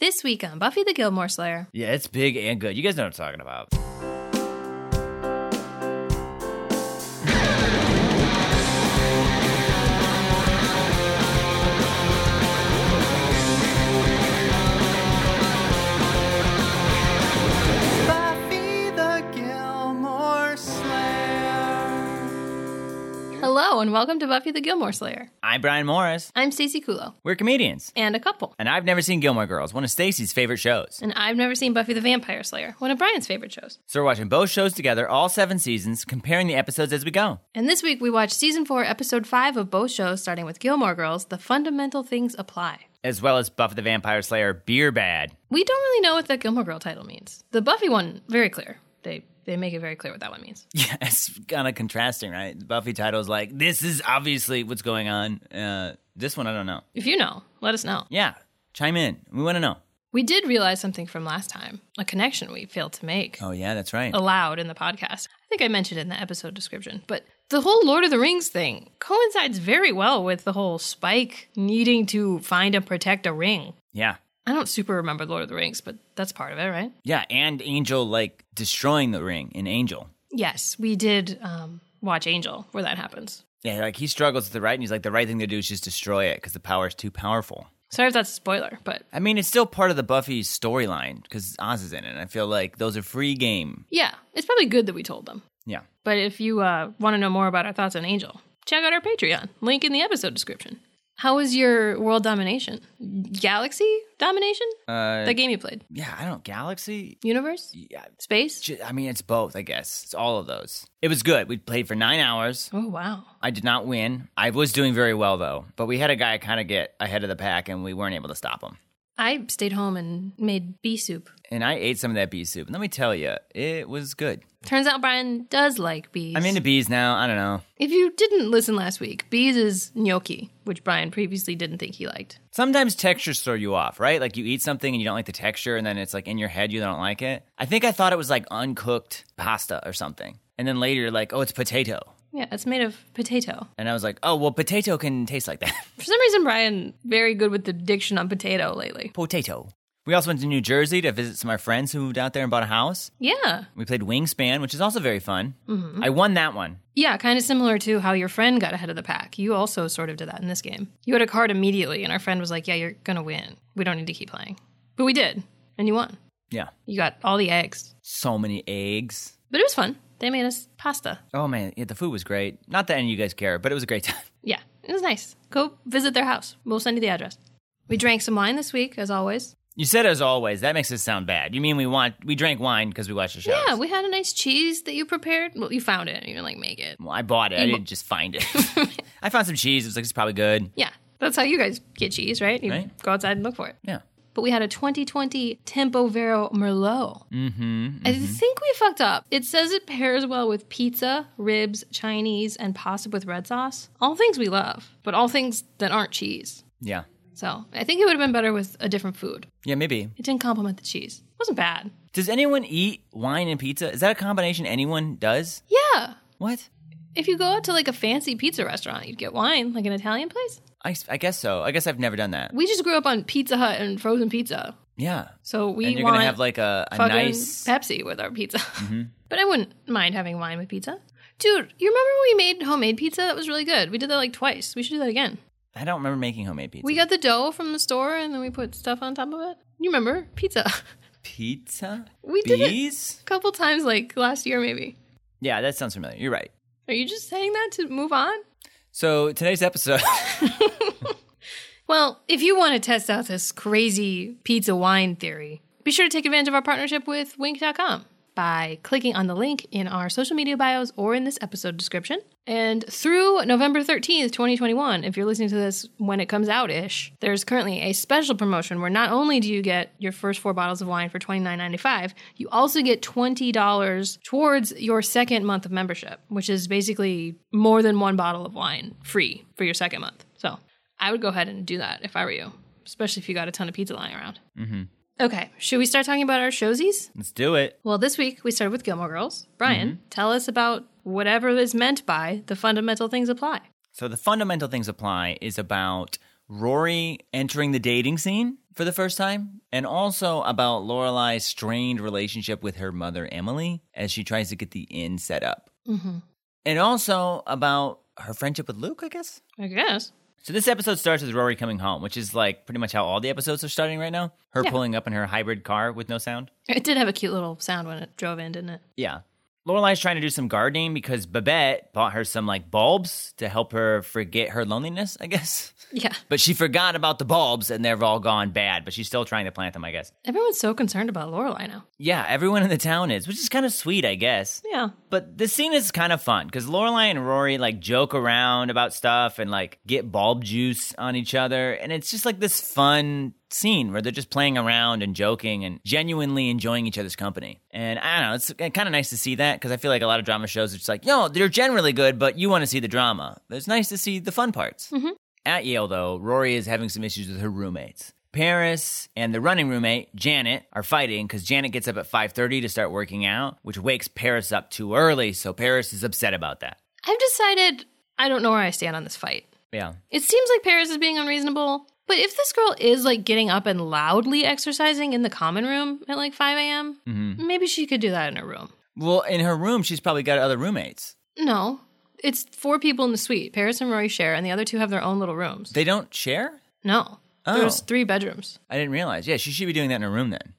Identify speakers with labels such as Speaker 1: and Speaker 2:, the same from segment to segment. Speaker 1: This week on Buffy the Gilmore Slayer.
Speaker 2: Yeah, it's big and good. You guys know what I'm talking about.
Speaker 3: Buffy the Gilmore Slayer.
Speaker 1: Hello and welcome to Buffy the Gilmore Slayer.
Speaker 2: I'm Brian Morris.
Speaker 1: I'm Stacey Kulo
Speaker 2: We're comedians.
Speaker 1: and a couple.
Speaker 2: And I've never seen Gilmore Girls, one of Stacy's favorite shows.
Speaker 1: And I've never seen Buffy the Vampire Slayer, one of Brian's favorite shows.
Speaker 2: So we're watching both shows together, all seven seasons, comparing the episodes as we go.
Speaker 1: And this week we watched season 4, episode 5 of both shows starting with Gilmore Girls, The Fundamental Things Apply.
Speaker 2: As well as Buffy the Vampire Slayer, Beer Bad.
Speaker 1: We don't really know what the Gilmore Girl title means. The Buffy one very clear. They they make it very clear what that one means.
Speaker 2: Yeah, it's kind of contrasting, right? The Buffy title's like, this is obviously what's going on. Uh, this one, I don't know.
Speaker 1: If you know, let us know.
Speaker 2: Yeah, chime in. We want to know.
Speaker 1: We did realize something from last time, a connection we failed to make.
Speaker 2: Oh, yeah, that's right.
Speaker 1: allowed in the podcast. I think I mentioned it in the episode description, but the whole Lord of the Rings thing coincides very well with the whole Spike needing to find and protect a ring.
Speaker 2: Yeah.
Speaker 1: I don't super remember Lord of the Rings, but that's part of it, right?
Speaker 2: Yeah, and Angel, like, destroying the ring in Angel.
Speaker 1: Yes, we did um, watch Angel where that happens.
Speaker 2: Yeah, like, he struggles with the right, and he's like, the right thing to do is just destroy it because the power is too powerful.
Speaker 1: Sorry if that's a spoiler, but
Speaker 2: I mean, it's still part of the Buffy storyline because Oz is in it. And I feel like those are free game.
Speaker 1: yeah, it's probably good that we told them.
Speaker 2: Yeah.
Speaker 1: But if you uh, want to know more about our thoughts on Angel, check out our Patreon, link in the episode description. How was your world domination? Galaxy domination?
Speaker 2: Uh,
Speaker 1: that game you played?
Speaker 2: yeah, I don't. Galaxy?
Speaker 1: Universe?
Speaker 2: Yeah.
Speaker 1: Space?
Speaker 2: j- I mean, it's both, I guess. It's all of those. It was good. We played for nine hours.
Speaker 1: Oh wow.
Speaker 2: I did not win. I was doing very well, though. But we had a guy kind of get ahead of the pack and we weren't able to stop him.
Speaker 1: I stayed home and made bee soup.
Speaker 2: And I ate some of that bee soup. And let me tell you, it was good.
Speaker 1: Turns out Brian does like bees.
Speaker 2: I'm into bees now. I don't know.
Speaker 1: if you didn't listen last week, bees is gnocchi, which Brian previously didn't think he liked.
Speaker 2: Sometimes textures throw you off, right? Like you eat something and you don't like the texture, and then it's like in your head you don't like it. I think I thought it was like uncooked pasta or something. And then later you're like, oh, it's potato.
Speaker 1: Yeah, it's made of potato.
Speaker 2: And I was like, oh, well, potato can taste like that.
Speaker 1: For some reason, Brian very good with the diction on potato lately.
Speaker 2: potato. We also went to New Jersey to visit some of our friends who moved out there and bought a house.
Speaker 1: Yeah,
Speaker 2: We played Wingspan, which is also very fun. I won that one.
Speaker 1: yeah, kind of similar to how your friend got ahead of the pack. You also sort of did that in this game. You had a card immediately, and our friend was like, "Yeah, you're gonna win. We don't need to keep playing." But we did, and you won.
Speaker 2: Yeah.
Speaker 1: You got all the eggs,
Speaker 2: So many eggs.
Speaker 1: but it was fun. They made us pasta.
Speaker 2: Oh man, yeah, the food was great. Not that any of you guys care, but it was a great time.
Speaker 1: Yeah, it was nice. Go visit their house. We'll send you the address. We drank some wine this week, as always.
Speaker 2: You said as always, that makes us sound bad. You mean we want we drank wine because we watched the show.
Speaker 1: Yeah, we had a nice cheese that you prepared. Well, you found it. and You didn't like make it.
Speaker 2: Well, I bought it. I didn't just find it. I found some cheese. It was like, it's probably good.
Speaker 1: Yeah, that's how you guys get cheese, right? You
Speaker 2: Right.
Speaker 1: go outside and look for it.
Speaker 2: Yeah.
Speaker 1: But we had a 2020 Tempo Vero Merlot. Mm-hmm, I think we fucked up. It says it pairs well with pizza, ribs, Chinese, and pasta with red sauce. All things we love, but all things that aren't cheese.
Speaker 2: Yeah.
Speaker 1: So I think it would have been better with a different food.
Speaker 2: Yeah, maybe.
Speaker 1: It didn't complement the cheese. It wasn't bad.
Speaker 2: Does anyone eat wine and pizza? Is that a combination anyone does?
Speaker 1: Yeah.
Speaker 2: What?
Speaker 1: If you go out to like a fancy pizza restaurant, you'd get wine, like an Italian place.
Speaker 2: I, I guess so. I guess I've never done that.
Speaker 1: We just grew up on Pizza Hut and frozen pizza.
Speaker 2: Yeah.
Speaker 1: So we
Speaker 2: and you're
Speaker 1: want
Speaker 2: gonna have like a, a
Speaker 1: fucking
Speaker 2: nice. Mm-hmm.
Speaker 1: Pepsi with our pizza. But I wouldn't mind having wine with pizza. Dude, you remember when we made homemade pizza? That was really good. We did that like twice. We should do that again.
Speaker 2: I don't remember making homemade pizza.
Speaker 1: We got the dough from the store and then we put stuff on top of it. You remember? Pizza.
Speaker 2: pizza.
Speaker 1: We did it.
Speaker 2: bees.
Speaker 1: A couple times like last year maybe.
Speaker 2: Yeah, that sounds familiar. You're right.
Speaker 1: Are you just saying that to move on?
Speaker 2: So today's episode.
Speaker 1: Well, if you want to test out this crazy pizza wine theory, be sure to take advantage of our partnership with Wink.com by clicking on the link in our social media bios or in this episode description. And through November 13th, 2021, if you're listening to this when it comes out ish, there's currently a special promotion where not only do you get your first four bottles of wine for $29.95, you also get $20 towards your second month of membership, which is basically more than one bottle of wine free for your second month. So I would go ahead and do that if I were you, especially if you got a ton of pizza lying around. Mm-hmm. Okay, should we start talking about our showsies?
Speaker 2: Let's do it.
Speaker 1: Well, this week we started with Gilmore Girls. Brian, tell us about whatever is meant by the fundamental things apply.
Speaker 2: So the fundamental things apply is about Rory entering the dating scene for the first time, and also about Lorelai's strained relationship with her mother Emily as she tries to get the inn set up,
Speaker 1: hmm
Speaker 2: and also about her friendship with Luke, I guess.
Speaker 1: I guess.
Speaker 2: So this episode starts with Rory coming home, which is like pretty much how all the episodes are starting right now. Her
Speaker 1: Yeah.
Speaker 2: pulling up in her hybrid car with no sound.
Speaker 1: It did have a cute little sound when it drove in, didn't it?
Speaker 2: Yeah. Lorelai's trying to do some gardening because Babette bought her some like bulbs to help her forget her loneliness, I guess.
Speaker 1: Yeah.
Speaker 2: But she forgot about the bulbs and they've all gone bad, but she's still trying to plant them, I guess.
Speaker 1: Everyone's so concerned about Lorelai now.
Speaker 2: Yeah, everyone in the town is, which is kind of sweet, I guess.
Speaker 1: Yeah.
Speaker 2: But this scene is kind of fun because Lorelai and Rory like joke around about stuff and like get bulb juice on each other, and it's just like this fun scene where they're just playing around and joking and genuinely enjoying each other's company. And I don't know, it's kind of nice to see that because I feel like a lot of drama shows are just like, no, they're generally good, but you want to see the drama. It's nice to see the fun parts. At Yale, though, Rory is having some issues with her roommates. Paris and the running roommate, Janet, are fighting because Janet gets up at 5.30 to start working out, which wakes Paris up too early, so Paris is upset about that.
Speaker 1: I've decided I don't know where I stand on this fight.
Speaker 2: Yeah.
Speaker 1: It seems like Paris is being unreasonable, but if this girl is like getting up and loudly exercising in the common room at like 5 a.m.,
Speaker 2: Mm-hmm.
Speaker 1: maybe she could do that in her room.
Speaker 2: Well, in her room, she's probably got other roommates.
Speaker 1: No, it's four people in the suite. Paris and Rory share, and the other two have their own little rooms.
Speaker 2: They don't share?
Speaker 1: No,
Speaker 2: Oh.
Speaker 1: there's three bedrooms.
Speaker 2: I didn't realize. Yeah, she should be doing that in her room then.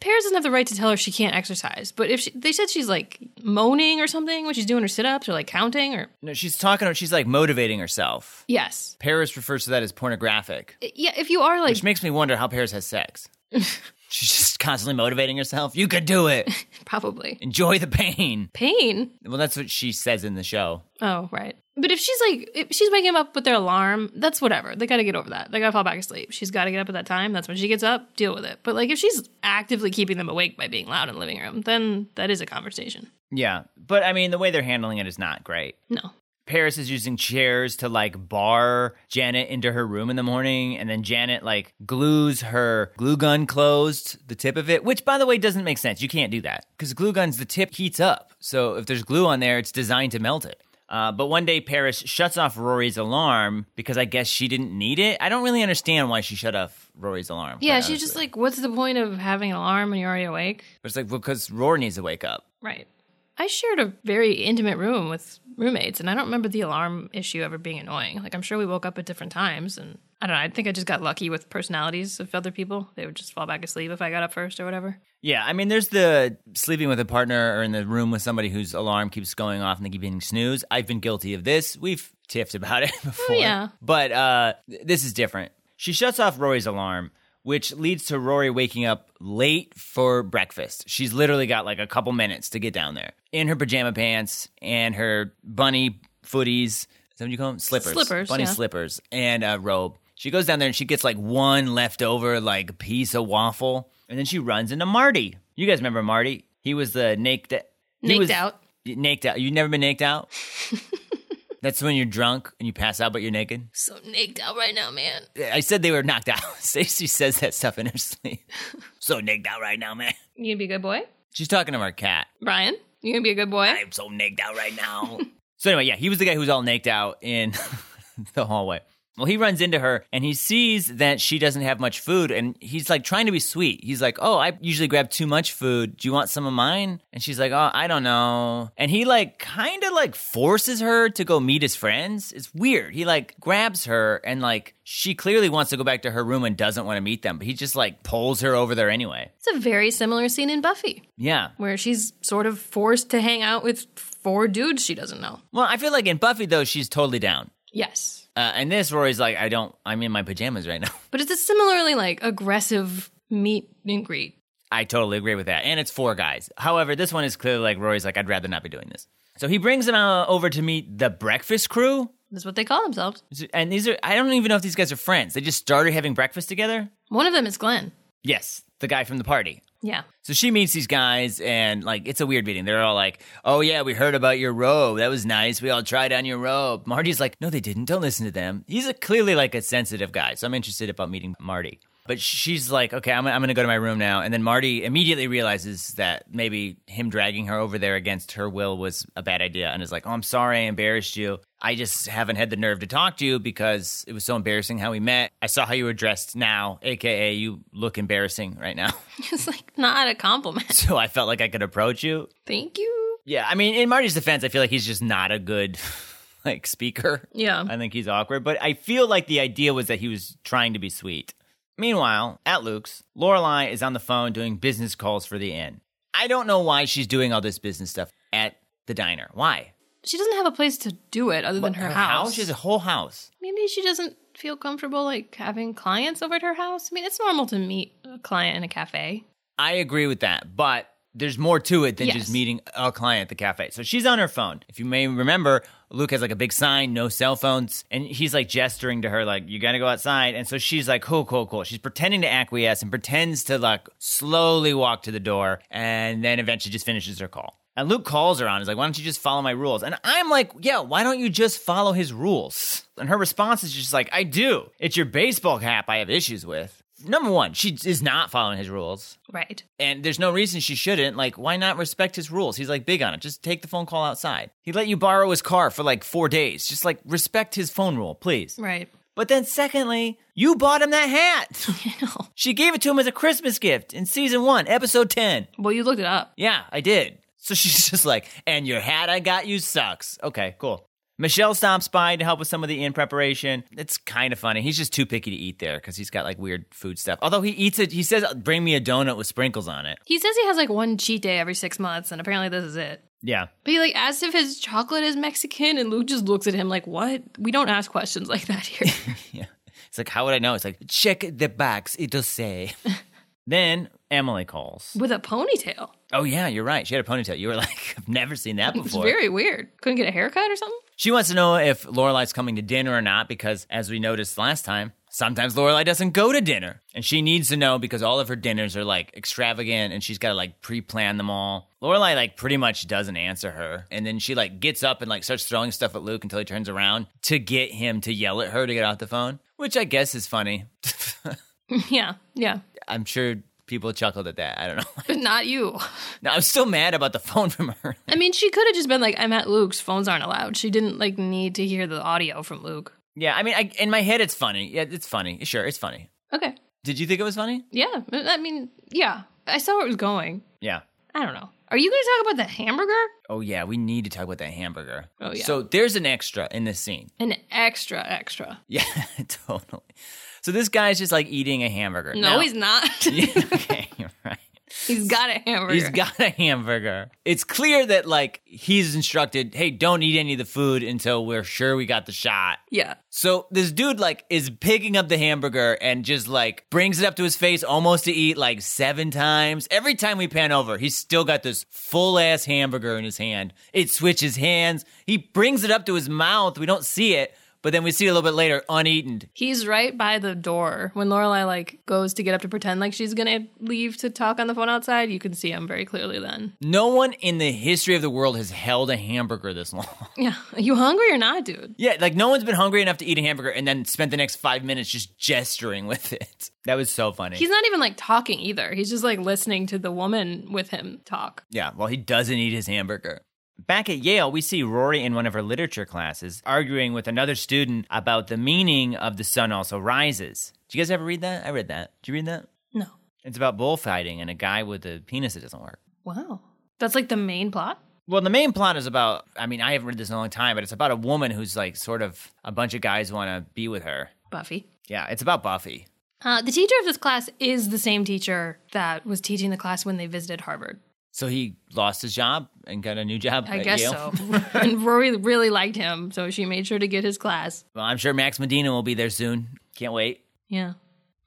Speaker 1: Paris doesn't have the right to tell her she can't exercise, but if she, they said she's like moaning or something when she's doing her sit ups or like counting or.
Speaker 2: No, she's talking, she's like motivating herself.
Speaker 1: Yes.
Speaker 2: Paris refers to that as pornographic,
Speaker 1: I- Yeah, if you are like
Speaker 2: which makes me wonder how Paris has sex. she's just constantly motivating herself. You could do it.
Speaker 1: probably
Speaker 2: Enjoy the pain.
Speaker 1: pain.
Speaker 2: Well, that's what she says in the show.
Speaker 1: Oh, right. But if she's like, if she's waking him up with their alarm, that's whatever. They got to get over that. They got to fall back asleep. She's got to get up at that time. That's when she gets up. Deal with it. But like, if she's actively keeping them awake by being loud in the living room, then that is a conversation.
Speaker 2: Yeah, but I mean, the way they're handling it is not great.
Speaker 1: No.
Speaker 2: Paris is using chairs to like bar Janet into her room in the morning, and then Janet like glues her glue gun closed, the tip of it, which by the way doesn't make sense. You can't do that because glue guns, the tip heats up. So if there's glue on there, it's designed to melt it. Uh, but one day, Paris shuts off Rory's alarm because I guess she didn't need it. I don't really understand why she shut off Rory's alarm.
Speaker 1: Yeah,
Speaker 2: quite
Speaker 1: she's just
Speaker 2: honestly.
Speaker 1: like, what's the point of having an alarm when you're already awake?
Speaker 2: It's like, well, because Rory needs to wake up.
Speaker 1: Right. I shared a very intimate room with roommates, and I don't remember the alarm issue ever being annoying. Like, I'm sure we woke up at different times, and I don't know. I think I just got lucky with personalities of other people. They would just fall back asleep if I got up first or whatever.
Speaker 2: Yeah, I mean, there's the sleeping with a partner or in the room with somebody whose alarm keeps going off and they keep hitting snooze. I've been guilty of this. We've tiffed about it before.
Speaker 1: Oh, yeah.
Speaker 2: But uh, th- this is different. She shuts off Rory's alarm, which leads to Rory waking up late for breakfast. She's literally got like a couple minutes to get down there in her pajama pants and her bunny footies. Is that what you call them? Slippers.
Speaker 1: Slippers,
Speaker 2: Bunny
Speaker 1: yeah.
Speaker 2: slippers and a robe. She goes down there and she gets like one leftover like piece of waffle, and then she runs into Marty. You guys remember Marty? He was the naked. he
Speaker 1: Naked
Speaker 2: was-
Speaker 1: out.
Speaker 2: Naked out. You've never been naked out. That's when you're drunk and you pass out, but you're naked.
Speaker 1: So naked out right now, man.
Speaker 2: I said they were knocked out. Stacy says that stuff in her sleep. so nigged out right now, man.
Speaker 1: You gonna be a good boy?
Speaker 2: She's talking to our cat.
Speaker 1: Brian, you gonna be a good boy?
Speaker 2: I'm so nigged out right now. so anyway, yeah, he was the guy who was all naked out in the hallway. Well, he runs into her and he sees that she doesn't have much food, and he's like trying to be sweet. He's like, "Oh, I usually grab too much food. Do you want some of mine?" And she's like, "Oh, I don't know." And he like kind of like forces her to go meet his friends. It's weird. He like grabs her and like she clearly wants to go back to her room and doesn't want to meet them, but he just like pulls her over there anyway.
Speaker 1: It's a very similar scene in Buffy,
Speaker 2: Yeah.
Speaker 1: where she's sort of forced to hang out with four dudes she doesn't know.
Speaker 2: Well, I feel like in Buffy though, she's totally down.
Speaker 1: Yes.
Speaker 2: Uh, and this Rory's like, I don't. I'm in my pajamas right now.
Speaker 1: But it's a similarly like aggressive meet and greet.
Speaker 2: I totally agree with that. And it's four guys. However, this one is clearly like Rory's like, I'd rather not be doing this. So he brings them out over to meet the breakfast crew.
Speaker 1: That's what they call themselves.
Speaker 2: And these are I don't even know if these guys are friends. They just started having breakfast together.
Speaker 1: One of them is Glenn.
Speaker 2: Yes, the guy from the party.
Speaker 1: Yeah.
Speaker 2: So she meets these guys, and like it's a weird meeting. They're all like, "Oh yeah, we heard about your robe. That was nice. We all tried on your robe." Marty's like, "No, they didn't. Don't listen to them." He's a, clearly like a sensitive guy, so I'm interested about meeting Marty. But she's like, okay, I'm, I'm going to go to my room now. And then Marty immediately realizes that maybe him dragging her over there against her will was a bad idea and is like, oh, I'm sorry I embarrassed you. I just haven't had the nerve to talk to you because it was so embarrassing how we met. I saw how you were dressed now, AKA, you look embarrassing right now.
Speaker 1: It's like not a compliment.
Speaker 2: so I felt like I could approach you.
Speaker 1: Thank you.
Speaker 2: Yeah, I mean, in Marty's defense, I feel like he's just not a good like speaker.
Speaker 1: Yeah.
Speaker 2: I think he's awkward, but I feel like the idea was that he was trying to be sweet. Meanwhile, at Luke's, Lorelai is on the phone doing business calls for the inn. I don't know why she's doing all this business stuff at the diner. Why?
Speaker 1: She doesn't have a place to do it other than her, house.
Speaker 2: She has a whole house.
Speaker 1: Maybe she doesn't feel comfortable like having clients over at her house. I mean, it's normal to meet a client in a cafe.
Speaker 2: I agree with that, but there's more to it than
Speaker 1: Yes.
Speaker 2: just meeting a client at the cafe. So she's on her phone. If you may remember, Luke has like a big sign, no cell phones, and he's like gesturing to her, like, you gotta go outside. And so she's like, cool, cool, cool. She's pretending to acquiesce and pretends to like slowly walk to the door and then eventually just finishes her call. And Luke calls her on, is like, why don't you just follow my rules? And I'm like, yeah, why don't you just follow his rules? And her response is just like, I do. It's your baseball cap I have issues with. Number one, she is not following his rules.
Speaker 1: Right.
Speaker 2: And there's no reason she shouldn't. Like, why not respect his rules? He's like big on it. Just take the phone call outside. He let you borrow his car for like four days. Just like respect his phone rule, please.
Speaker 1: Right.
Speaker 2: But then, secondly, you bought him that hat.
Speaker 1: You know.
Speaker 2: she gave it to him as a Christmas gift in season one, episode 10.
Speaker 1: Well, you looked it up.
Speaker 2: Yeah, I did. So she's just like, and your hat I got you sucks. Okay, cool. Michelle stops by to help with some of the in preparation. It's kind of funny. He's just too picky to eat there because he's got like weird food stuff. Although he eats it, he says, bring me a donut with sprinkles on it.
Speaker 1: He says he has like one cheat day every six months, and apparently this is it.
Speaker 2: Yeah.
Speaker 1: But he like asks if his chocolate is Mexican, and Luke just looks at him like, "What? We don't ask questions like that here."
Speaker 2: Yeah. It's like, how would I know? It's like, check the box. It'll say. then Emily calls.
Speaker 1: With a ponytail.
Speaker 2: Oh, yeah, you're right. She had a ponytail. You were like, I've never seen that
Speaker 1: It's
Speaker 2: before.
Speaker 1: very weird. Couldn't get a haircut or something.
Speaker 2: She wants to know if Lorelai's coming to dinner or not because, as we noticed last time, sometimes Lorelai doesn't go to dinner, and she needs to know because all of her dinners are like extravagant, and she's got to like pre-plan them all. Lorelai like pretty much doesn't answer her, and then she like gets up and like starts throwing stuff at Luke until he turns around to get him to yell at her to get off the phone, which I guess is funny.
Speaker 1: yeah, yeah,
Speaker 2: I'm sure people chuckled at that. I don't know.
Speaker 1: but not you.
Speaker 2: no, I'm still mad about the phone from her.
Speaker 1: I mean, she could have just been like, "I'm at Luke's. Phones aren't allowed." She didn't like need to hear the audio from Luke.
Speaker 2: yeah, I mean, I, in my head, it's funny. Yeah, it's funny. Sure, it's funny.
Speaker 1: Okay.
Speaker 2: Did you think it was funny?
Speaker 1: Yeah. I mean, yeah. I saw where it was going.
Speaker 2: Yeah.
Speaker 1: I don't know. Are you going to talk about the hamburger?
Speaker 2: Oh yeah, we need to talk about that hamburger.
Speaker 1: Oh, yeah.
Speaker 2: So there's an extra in this scene.
Speaker 1: An extra, extra.
Speaker 2: Yeah, totally. So this guy's just like eating a hamburger.
Speaker 1: No, he's not.
Speaker 2: not. okay, you're right.
Speaker 1: he's got a hamburger.
Speaker 2: He's got a hamburger. It's clear that like he's instructed, hey, don't eat any of the food until we're sure we got the shot.
Speaker 1: yeah.
Speaker 2: So this dude like is picking up the hamburger and just like brings it up to his face almost to eat like seven times. Every time we pan over, he's still got this full ass hamburger in his hand. It switches hands. He brings it up to his mouth. We don't see it, but then we see it a little bit later uneaten.
Speaker 1: He's right by the door. When Lorelai like goes to get up to pretend like she's gonna leave to talk on the phone outside, you can see him very clearly then.
Speaker 2: No one in the history of the world has held a hamburger this long.
Speaker 1: Yeah. Are you hungry or not, dude?
Speaker 2: yeah, like no one's been hungry enough to eat a hamburger and then spent the next five minutes just gesturing with it. That was so funny.
Speaker 1: He's not even like talking either. He's just like listening to the woman with him talk.
Speaker 2: Yeah, well, he doesn't eat his hamburger. Back at Yale, we see Rory in one of her literature classes arguing with another student about the meaning of The Sun Also Rises. Did you guys ever read that? I read that. Did you read that?
Speaker 1: No.
Speaker 2: It's about bullfighting and a guy with a penis that doesn't work.
Speaker 1: Wow. That's like the main plot?
Speaker 2: Well, the main plot is about, I mean, I haven't read this in a long time, but it's about a woman who's like sort of a bunch of guys want to be with her.
Speaker 1: Buffy.
Speaker 2: Yeah, it's about Buffy.
Speaker 1: Uh, the teacher of this class is the same teacher that was teaching the class when they visited Harvard.
Speaker 2: So he lost his job and got a new job.
Speaker 1: I
Speaker 2: at
Speaker 1: guess
Speaker 2: Yale.
Speaker 1: so. and Rory really liked him, so she made sure to get his class.
Speaker 2: Well, I'm sure Max Medina will be there soon. Can't wait.
Speaker 1: Yeah.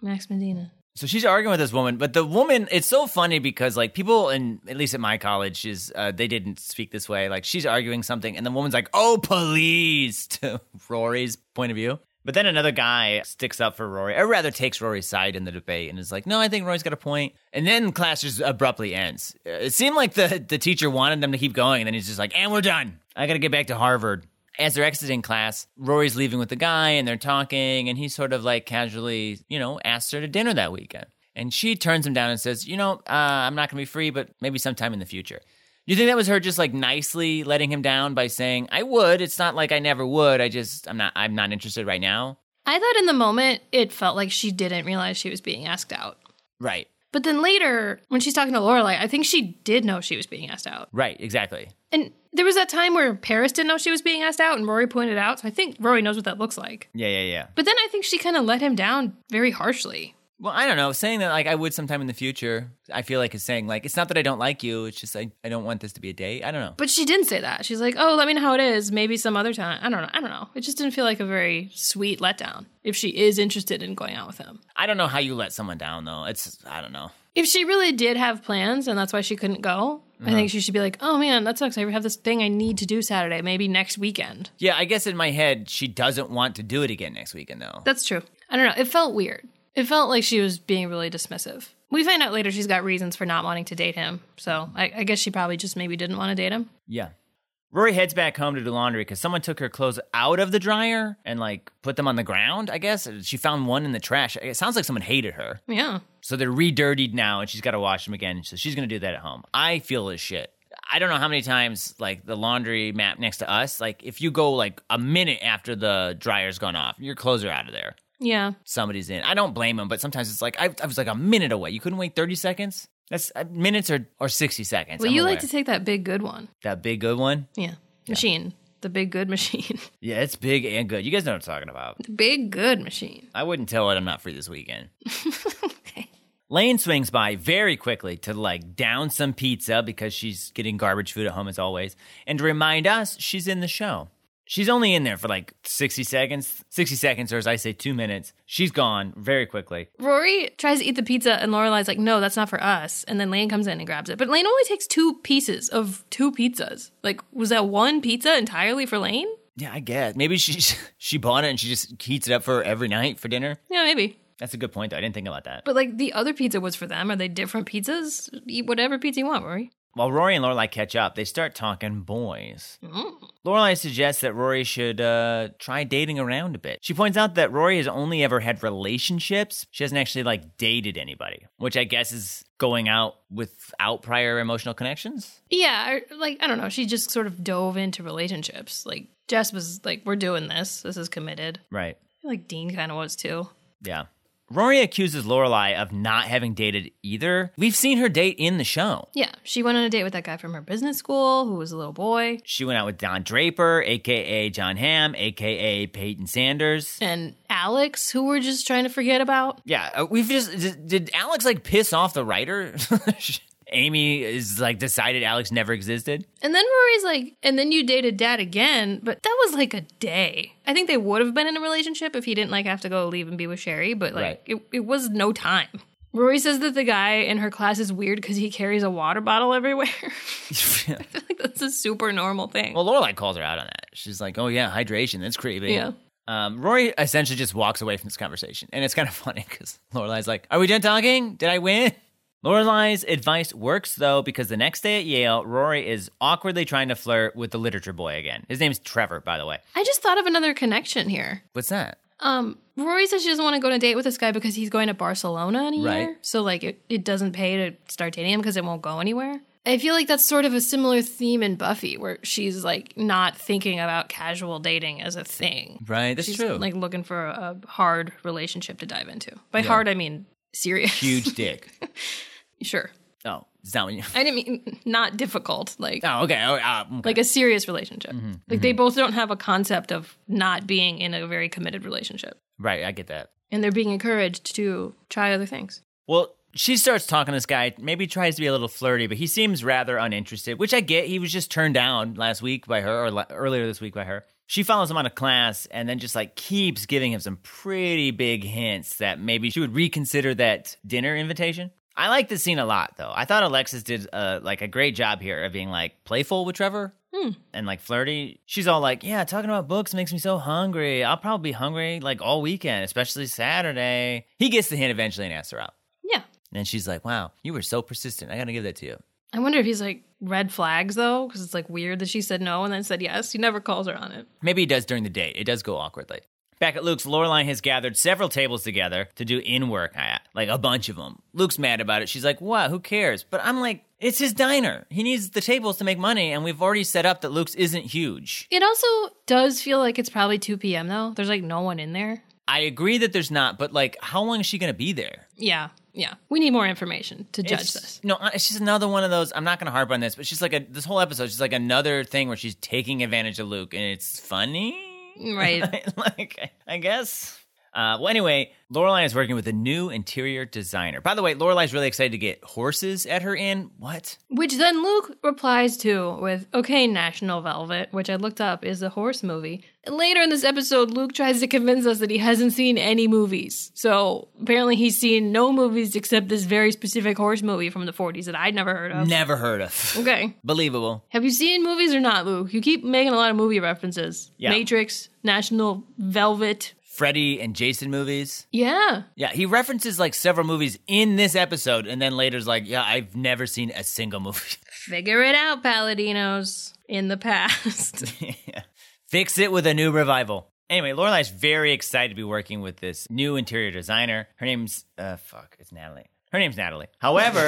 Speaker 1: Max Medina.
Speaker 2: So she's arguing with this woman, but the woman, it's so funny because like people in at least at my college is uh, they didn't speak this way. Like she's arguing something and the woman's like, "Oh, please." to Rory's point of view. But then another guy sticks up for Rory, or rather takes Rory's side in the debate and is like, "No, I think Rory's got a point." And then class just abruptly ends. It seemed like the the teacher wanted them to keep going and then he's just like, "And we're done. I got to get back to Harvard." as they're exiting class, Rory's leaving with the guy and they're talking, and he sort of like casually, you know, asks her to dinner that weekend. And she turns him down and says, You know, uh, I'm not going to be free, but maybe sometime in the future. Do you think that was her just like nicely letting him down by saying, I would? It's not like I never would. I just, I'm not, I'm not interested right now.
Speaker 1: I thought in the moment it felt like she didn't realize she was being asked out.
Speaker 2: Right.
Speaker 1: But then later, when she's talking to Lorelai, I think she did know she was being asked out.
Speaker 2: Right. Exactly.
Speaker 1: And there was that time where Paris didn't know she was being asked out, and Rory pointed out. So I think Rory knows what that looks like.
Speaker 2: Yeah. Yeah. Yeah.
Speaker 1: But then I think she kind of let him down very harshly.
Speaker 2: Well, I don't know. Saying that like I would sometime in the future, I feel like is saying like it's not that I don't like you. It's just I, I don't want this to be a date. I don't know.
Speaker 1: But she didn't say that. She's like, "Oh, let me know how it is. Maybe some other time." I don't know. I don't know. It just didn't feel like a very sweet letdown. If she is interested in going out with him,
Speaker 2: I don't know how you let someone down though. It's I don't know.
Speaker 1: if she really did have plans and that's why she couldn't go, I think she should be like, "Oh man, that sucks. I have this thing I need to do Saturday. Maybe next weekend."
Speaker 2: Yeah, I guess in my head she doesn't want to do it again next weekend though.
Speaker 1: That's true. I don't know. It felt weird. It felt like she was being really dismissive. We find out later she's got reasons for not wanting to date him. So I, I guess she probably just maybe didn't want to date him.
Speaker 2: Yeah. Rory heads back home to do laundry because someone took her clothes out of the dryer and like put them on the ground. I guess she found one in the trash. It sounds like someone hated her,
Speaker 1: Yeah.
Speaker 2: so they're re-dirtied now, and she's got to wash them again. So she's gonna do that at home. I feel as shit. I don't know how many times like the laundry mat next to us. Like if you go like a minute after the dryer's gone off, your clothes are out of there.
Speaker 1: Yeah.
Speaker 2: somebody's in. I don't blame them, but sometimes it's like I, I was like a minute away. You couldn't wait thirty seconds. That's uh, minutes or or sixty seconds.
Speaker 1: Well,
Speaker 2: I'm
Speaker 1: you
Speaker 2: aware.
Speaker 1: like to take that big good one.
Speaker 2: that big good one?
Speaker 1: Yeah. Machine. The big good machine.
Speaker 2: Yeah, it's big and good. You guys know what I'm talking about.
Speaker 1: the big good machine.
Speaker 2: I wouldn't tell it I'm not free this weekend.
Speaker 1: okay.
Speaker 2: Lane swings by very quickly to like down some pizza because she's getting garbage food at home as always, and to remind us she's in the show. She's only in there for like 60 seconds, 60 seconds, or as I say, two minutes. She's gone very quickly.
Speaker 1: Rory tries to eat the pizza, and Lorelai's like, "No, that's not for us." And then Lane comes in and grabs it, but Lane only takes two pieces of two pizzas. Like, was that one pizza entirely for Lane?
Speaker 2: Yeah, I guess. Maybe she she bought it and she just heats it up for her every night for dinner.
Speaker 1: Yeah, maybe.
Speaker 2: That's a good point, though. I didn't think about that.
Speaker 1: But like, the other pizza was for them. Are they different pizzas? Eat whatever pizza you want, Rory.
Speaker 2: While Rory and Lorelai catch up, they start talking boys. Lorelai suggests that Rory should uh, try dating around a bit. She points out that Rory has only ever had relationships. She hasn't actually like dated anybody, which I guess is going out without prior emotional connections.
Speaker 1: Yeah, or, like I don't know. She just sort of dove into relationships. Like Jess was like, "We're doing this. This is committed."
Speaker 2: Right.
Speaker 1: I feel like Dean kind of was too.
Speaker 2: Yeah. Rory accuses Lorelai of not having dated either. We've seen her date in the show.
Speaker 1: Yeah, she went on a date with that guy from her business school who was a little boy,
Speaker 2: She went out with Don Draper, aka John Hamm, aka Peyton Sanders.
Speaker 1: and Alex, who we're just trying to forget about.
Speaker 2: Yeah, uh, we've just did, did Alex like piss off the writer? Amy is like decided Alex never existed.
Speaker 1: And then Rory's like, and then you dated dad again, but that was like a day. I think they would have been in a relationship if he didn't like have to go leave and be with Sherry, but like
Speaker 2: Right.
Speaker 1: it, it was no time. Rory says that the guy in her class is weird because he carries a water bottle everywhere. I feel like that's a super normal thing.
Speaker 2: well, Lorelai calls her out on that. She's like, "Oh yeah, hydration. That's creepy."
Speaker 1: Yeah.
Speaker 2: Um, Rory essentially just walks away from this conversation, and it's kind of funny because Lorelai's like, "Are we done talking? Did I win?" Lorelai's advice works though because the next day at Yale, Rory is awkwardly trying to flirt with the literature boy again. His name's Trevor, by the way.
Speaker 1: I just thought of another connection here.
Speaker 2: What's that?
Speaker 1: Um, Rory says she doesn't want to go on a date with this guy because he's going to Barcelona in a
Speaker 2: Right.
Speaker 1: year. So like it, it doesn't pay to start dating him because it won't go anywhere. I feel like that's sort of a similar theme in Buffy where she's like not thinking about casual dating as a thing.
Speaker 2: Right, that's
Speaker 1: She's
Speaker 2: true.
Speaker 1: like looking for a, a hard relationship to dive into. By hard I mean serious.
Speaker 2: huge dick.
Speaker 1: sure.
Speaker 2: Oh, it's not what you.
Speaker 1: I didn't mean not difficult, like
Speaker 2: Oh, okay. Oh, uh, okay.
Speaker 1: like a serious relationship.
Speaker 2: Mm-hmm.
Speaker 1: Like they both don't have a concept of not being in a very committed relationship.
Speaker 2: Right, I get that.
Speaker 1: And they're being encouraged to try other things.
Speaker 2: Well, she starts talking to this guy, maybe tries to be a little flirty, but he seems rather uninterested, which I get. He was just turned down last week by her or la- earlier this week by her. She follows him on a class and then just like keeps giving him some pretty big hints that maybe she would reconsider that dinner invitation. I like this scene a lot though. I thought Alexis did uh, like a great job here of being like playful with Trevor and like flirty. She's all like, "Yeah, talking about books makes me so hungry. I'll probably be hungry like all weekend, especially Saturday." He gets the hint eventually and asks her out.
Speaker 1: Yeah.
Speaker 2: And she's like, wow, you were so persistent. I got to give that to you.
Speaker 1: I wonder if he's like, red flags though, because it's like weird that she said no and then said yes. He never calls her on it.
Speaker 2: Maybe he does during the date. It does go awkwardly. Back at Luke's, Lorelai has gathered several tables together to do in work, I- like a bunch of them. Luke's mad about it. She's like, "What? Who cares?" But I'm like, "It's his diner. He needs the tables to make money, and we've already set up that Luke's isn't huge."
Speaker 1: It also does feel like it's probably 2 p.m. though. There's like no one in there.
Speaker 2: I agree that there's not, but like, how long is she gonna be there?
Speaker 1: Yeah, yeah. We need more information to judge
Speaker 2: It's-
Speaker 1: this.
Speaker 2: No, I- it's just another one of those. I'm not gonna harp on this, but she's like a, this whole episode. She's like another thing where she's taking advantage of Luke, and it's funny.
Speaker 1: Right.
Speaker 2: like, I guess. Uh, well, anyway, Lorelai is working with a new interior designer. By the way, Lorelai's really excited to get horses at her inn. What?
Speaker 1: which then Luke replies to with, okay, National Velvet, which I looked up is a horse movie. Later in this episode, Luke tries to convince us that he hasn't seen any movies. So apparently he's seen no movies except this very specific horse movie from the 40s that I'd never heard of.
Speaker 2: Never heard of.
Speaker 1: Okay.
Speaker 2: Believable.
Speaker 1: Have you seen movies or not, Luke? You keep making a lot of movie references.
Speaker 2: Yeah.
Speaker 1: Matrix, National Velvet.
Speaker 2: Freddy and Jason movies.
Speaker 1: Yeah.
Speaker 2: Yeah, he references like several movies in this episode, and then later's like, yeah, I've never seen a single movie.
Speaker 1: Figure it out, Paladinos. In the past.
Speaker 2: Yeah. Fix it with a new revival. Anyway, Lorelai's very excited to be working with this new interior designer. Her name's uh fuck, it's Natalie. Her name's Natalie. However,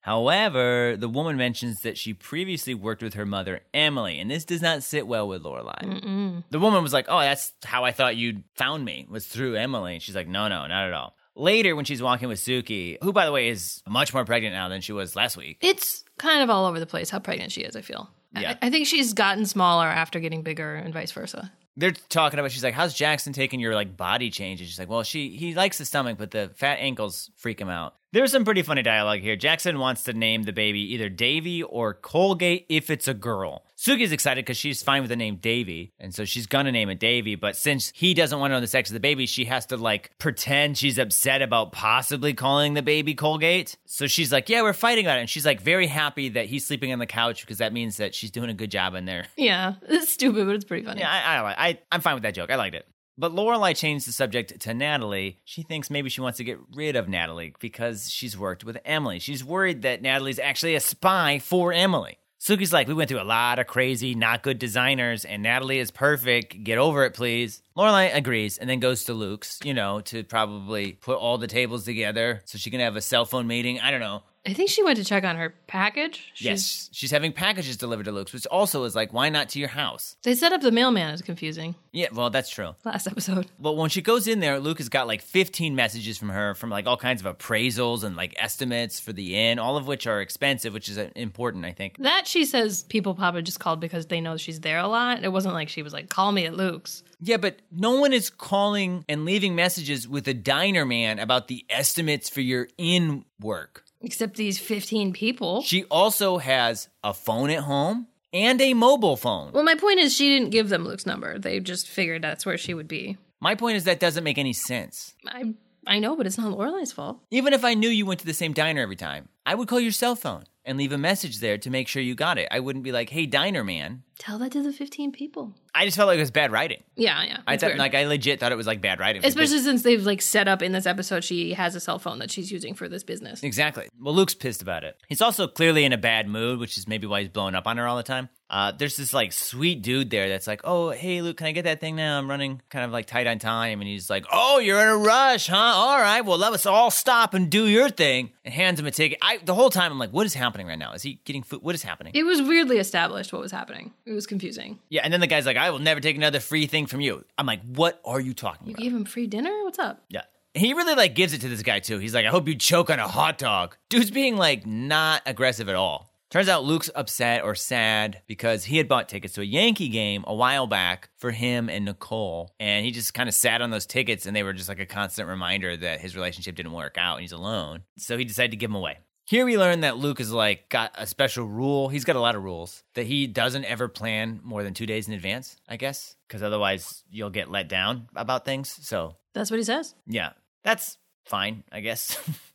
Speaker 2: however, the woman mentions that she previously worked with her mother Emily, and this does not sit well with Lorelai. The woman was like, "Oh, that's how I thought you found me was through Emily." And she's like, "No, no, not at all." Later, when she's walking with Suki, who by the way is much more pregnant now than she was last week,
Speaker 1: it's kind of all over the place how pregnant she is, I feel. I-
Speaker 2: Yeah.
Speaker 1: I, think she's gotten smaller after getting bigger and vice versa.
Speaker 2: they're talking about she's like how's jackson taking your like body changes she's like well she he likes the stomach but the fat ankles freak him out there's some pretty funny dialogue here jackson wants to name the baby either davy or colgate if it's a girl suki's excited because she's fine with the name davy and so she's gonna name it davy but since he doesn't want to know the sex of the baby she has to like pretend she's upset about possibly calling the baby colgate so she's like yeah we're fighting about it and she's like very happy that he's sleeping on the couch because that means that she's doing a good job in there
Speaker 1: Yeah. It's stupid, but it's pretty funny.
Speaker 2: yeah, I, I, like- I I'm fine with that joke. I liked it. But Lorelai changed the subject to Natalie. She thinks maybe she wants to get rid of Natalie because she's worked with Emily. She's worried that Natalie's actually a spy for Emily. Suki's like, we went through a lot of crazy, not good designers, and Natalie is perfect. Get over it, please. Lorelai agrees and then goes to Luke's, you know, to probably put all the tables together so she can have a cell phone meeting. I don't know.
Speaker 1: I think she went to check on her package. She's,
Speaker 2: yes, she's having packages delivered to Luke's, which also is like, why not to your house?
Speaker 1: They set up the mailman is confusing
Speaker 2: Yeah, well, that's true.
Speaker 1: last episode.
Speaker 2: But when she goes in there, Luke has got like 15 messages from her from like all kinds of appraisals and like estimates for the inn, all of which are expensive, which is uh, important, I think.
Speaker 1: That she says people probably just called because they know she's there a lot. It wasn't like she was like, call me at Luke's.
Speaker 2: Yeah, but no one is calling and leaving messages with a diner man about the estimates for your inn work.
Speaker 1: Except these 15 people.
Speaker 2: She also has a phone at home and a mobile phone.
Speaker 1: Well, my point is, she didn't give them Luke's number. They just figured that's where she would be.
Speaker 2: My point is that doesn't make any sense.
Speaker 1: I I know, but it's not Lorelai's fault.
Speaker 2: Even if I knew you went to the same diner every time, I would call your cell phone and leave a message there to make sure you got it. I wouldn't be like, "Hey, diner man."
Speaker 1: Tell that to the 15 people.
Speaker 2: I just felt like it was bad writing.
Speaker 1: Yeah, yeah.
Speaker 2: I
Speaker 1: it's
Speaker 2: thought,
Speaker 1: weird.
Speaker 2: like, I legit thought it was like bad writing.
Speaker 1: Especially since they've like set up in this episode, she has a cell phone that she's using for this business.
Speaker 2: exactly. Well, Luke's pissed about it. He's also clearly in a bad mood, which is maybe why he's blowing up on her all the time. Uh, there's this like sweet dude there that's like, "Oh, hey, Luke, can I get that thing now? I'm running kind of like tight on time." And he's like, "Oh, you're in a rush, huh? All right, well, let us all stop and do your thing." And hands him a ticket. I the whole time I'm like, "What is happening right now? Is he getting food? What is happening?"
Speaker 1: It was weirdly established what was happening. It was confusing.
Speaker 2: yeah. And then the guy's like, "I will never take another free thing from you." I'm like, "What are you talking
Speaker 1: You
Speaker 2: about?"
Speaker 1: gave him free dinner? What's up?
Speaker 2: Yeah. He really like gives it to this guy too. He's like, I hope you choke on a hot dog. Dude's being like not aggressive at all. Turns out Luke's upset or sad because he had bought tickets to a Yankee game a while back for him and Nicole. And he just kind of sat on those tickets and they were just like a constant reminder that his relationship didn't work out and he's alone. So he decided to give them away. Here we learn that Luke is like got a special rule. He's got a lot of rules that he doesn't ever plan more than two days in advance, I guess, because otherwise you'll get let down about things. So
Speaker 1: That's what he says.
Speaker 2: yeah, that's fine, I guess.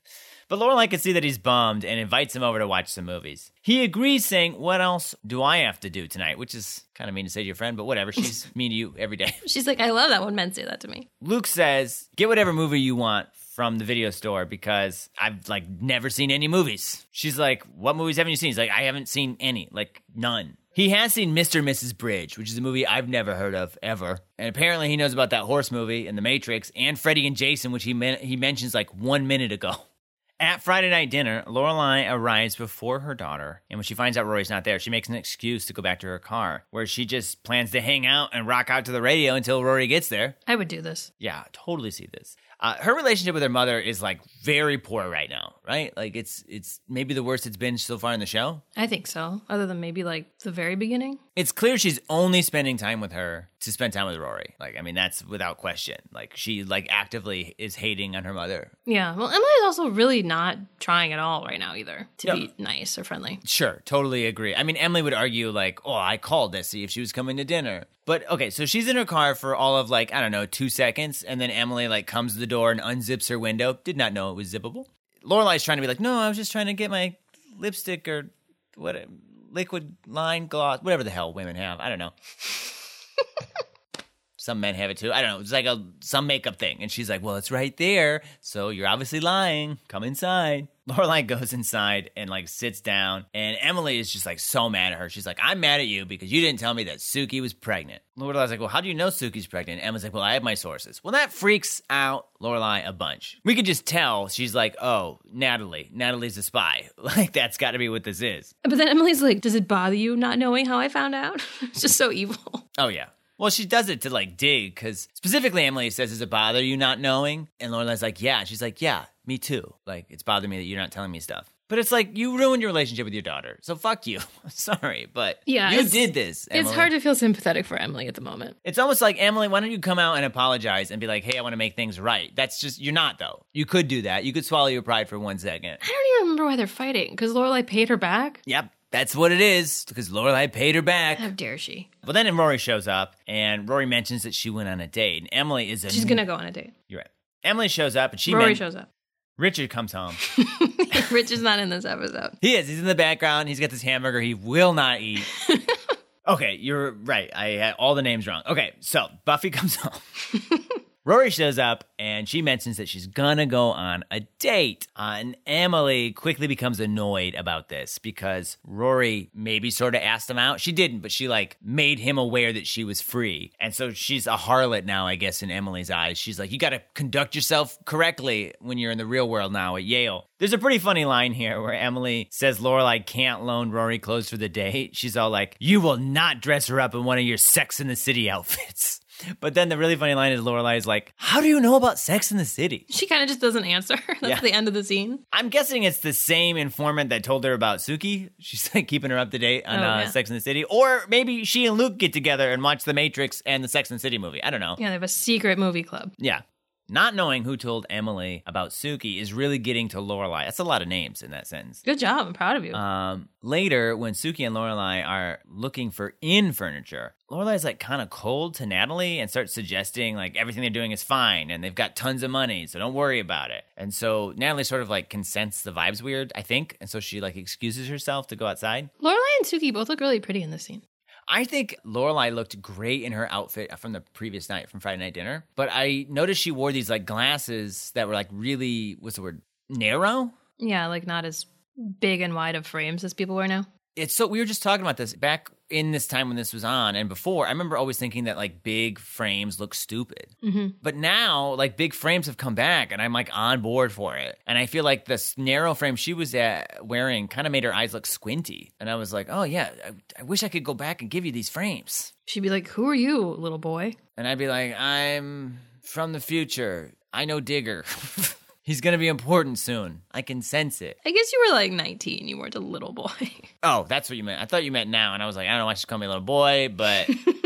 Speaker 2: but Lorelai can see that he's bummed and invites him over to watch some movies. He agrees, saying, "What else do I have to do tonight?" Which is kind of mean to say to your friend, but whatever. She's mean to you every day.
Speaker 1: She's like, I love that when men say that to me.
Speaker 2: Luke says, "Get whatever movie you want from the video store because I've like never seen any movies. She's like, What movies haven't you seen? He's like, I haven't seen any, like none. He has seen Mr. and Mrs. Bridge, which is a movie I've never heard of ever. And apparently he knows about that horse movie and The Matrix and Freddy and Jason, which he, men- he mentions like one minute ago. At Friday night dinner, Lorelai arrives before her daughter, and when she finds out Rory's not there, she makes an excuse to go back to her car, where she just plans to hang out and rock out to the radio until Rory gets there.
Speaker 1: I would do this.
Speaker 2: Yeah, totally see this. Uh, her relationship with her mother is like very poor right now, right? Like it's it's maybe the worst it's been so far in the show.
Speaker 1: I think so. Other than maybe like the very beginning.
Speaker 2: It's clear she's only spending time with her to spend time with Rory. Like I mean, that's without question. Like she like actively is hating on her mother.
Speaker 1: Yeah. Well, Emily's also really not trying at all right now either to
Speaker 2: No.
Speaker 1: be nice or friendly.
Speaker 2: Sure, totally agree. I mean, Emily would argue like, "Oh, I called to see if she was coming to dinner." But okay, so she's in her car for all of like I don't know two seconds, and then Emily like comes to the door and unzips her window. Did not know it was zippable. Lorelai's trying to be like, "No, I was just trying to get my lipstick or what liquid line gloss, whatever the hell women have. I don't know." Some men have it too. I don't know. It's like a some makeup thing. And she's like, "Well, it's right there. So you're obviously lying. Come inside." Lorelai goes inside and like sits down, and Emily is just like so mad at her. She's like, "I'm mad at you because you didn't tell me that Suki was pregnant." Lorelai's like, "Well, how do you know Suki's pregnant?" And Emily's like, "Well, I have my sources." Well, that freaks out Lorelai a bunch. We could just tell she's like, "Oh, Natalie. Natalie's a spy. Like that's got to be what this is."
Speaker 1: But then Emily's like, "Does it bother you not knowing how I found out?" it's just so evil.
Speaker 2: Oh yeah. Well, she does it to like dig because specifically Emily says, "Does it bother you not knowing?" And Lorelai's like, "Yeah." She's like, "Yeah, me too. Like it's bothering me that you're not telling me stuff." But it's like you ruined your relationship with your daughter, so fuck you. I'm sorry, but
Speaker 1: Yeah,
Speaker 2: you
Speaker 1: it's-
Speaker 2: did this. Emily.
Speaker 1: It's hard to feel sympathetic for Emily at the moment.
Speaker 2: It's almost like Emily, why don't you come out and apologize and be like, "Hey, I want to make things right." That's just you're not though. You could do that. You could swallow your pride for one second.
Speaker 1: I don't even remember why they're fighting because Lorelai paid her back.
Speaker 2: Yep, that's what it is because Lorelai paid her back.
Speaker 1: How dare she?
Speaker 2: But then Rory shows up, and Rory mentions that she went on a date, and Emily is a
Speaker 1: She's gonna go on a date.
Speaker 2: You're right. Emily shows up and she
Speaker 1: Rory
Speaker 2: men-
Speaker 1: shows up.
Speaker 2: Richard comes home.
Speaker 1: Rich is not in this episode.
Speaker 2: he is. He's in the background. He's got this hamburger he will not eat. okay, you're right. I had all the names wrong. Okay, so Buffy comes home. Rory shows up and she mentions that she's gonna go on a date. Uh, and Emily quickly becomes annoyed about this because Rory maybe sort of asked him out. She didn't, but she like made him aware that she was free. And so she's a harlot now, I guess, in Emily's eyes. She's like, you gotta conduct yourself correctly when you're in the real world now at Yale. There's a pretty funny line here where Emily says Lorelai can't loan Rory clothes for the date. She's all like, you will not dress her up in one of your Sex in the City outfits. But then the really funny line is Lorelai is like, "How do you know about Sex in the City?"
Speaker 1: She kind of just doesn't answer. That's
Speaker 2: Yeah.
Speaker 1: the end of the scene.
Speaker 2: I'm guessing it's the same informant that told her about Suki. She's like keeping her up to date on
Speaker 1: Oh,
Speaker 2: uh,
Speaker 1: yeah.
Speaker 2: Sex in the City, or maybe she and Luke get together and watch The Matrix and the Sex and the City movie. I don't know.
Speaker 1: Yeah, they have a secret movie club.
Speaker 2: Yeah. Not knowing who told Emily about Suki is really getting to Lorelai. That's a lot of names in that sentence.
Speaker 1: Good job. I'm proud of you.
Speaker 2: Um, later, when Suki and Lorelai are looking for in furniture, Lorelai's like kind of cold to Natalie and starts suggesting like everything they're doing is fine and they've got tons of money, so don't worry about it. And so Natalie sort of like consents the vibes weird, I think, and so she like excuses herself to go outside.
Speaker 1: Lorelai and Suki both look really pretty in this scene.
Speaker 2: I think Lorelai looked great in her outfit from the previous night from Friday night dinner, but I noticed she wore these like glasses that were like really what's the word narrow.
Speaker 1: Yeah, like not as big and wide of frames as people wear now.
Speaker 2: it's so we were just talking about this back in this time when this was on and before i remember always thinking that like big frames look stupid
Speaker 1: Mm-hmm.
Speaker 2: but now like big frames have come back and i'm like on board for it and i feel like this narrow frame she was at wearing kind of made her eyes look squinty and i was like oh yeah I, I wish i could go back and give you these frames
Speaker 1: She'd be like, "Who are you, little boy?"
Speaker 2: and i'd be like i'm from the future i know digger he's gonna be important soon i can sense it
Speaker 1: I guess you were like 19. You weren't a little boy.
Speaker 2: Oh, that's what you meant. I thought you meant now, and I was like, I don't know why she's calling me a little boy, but you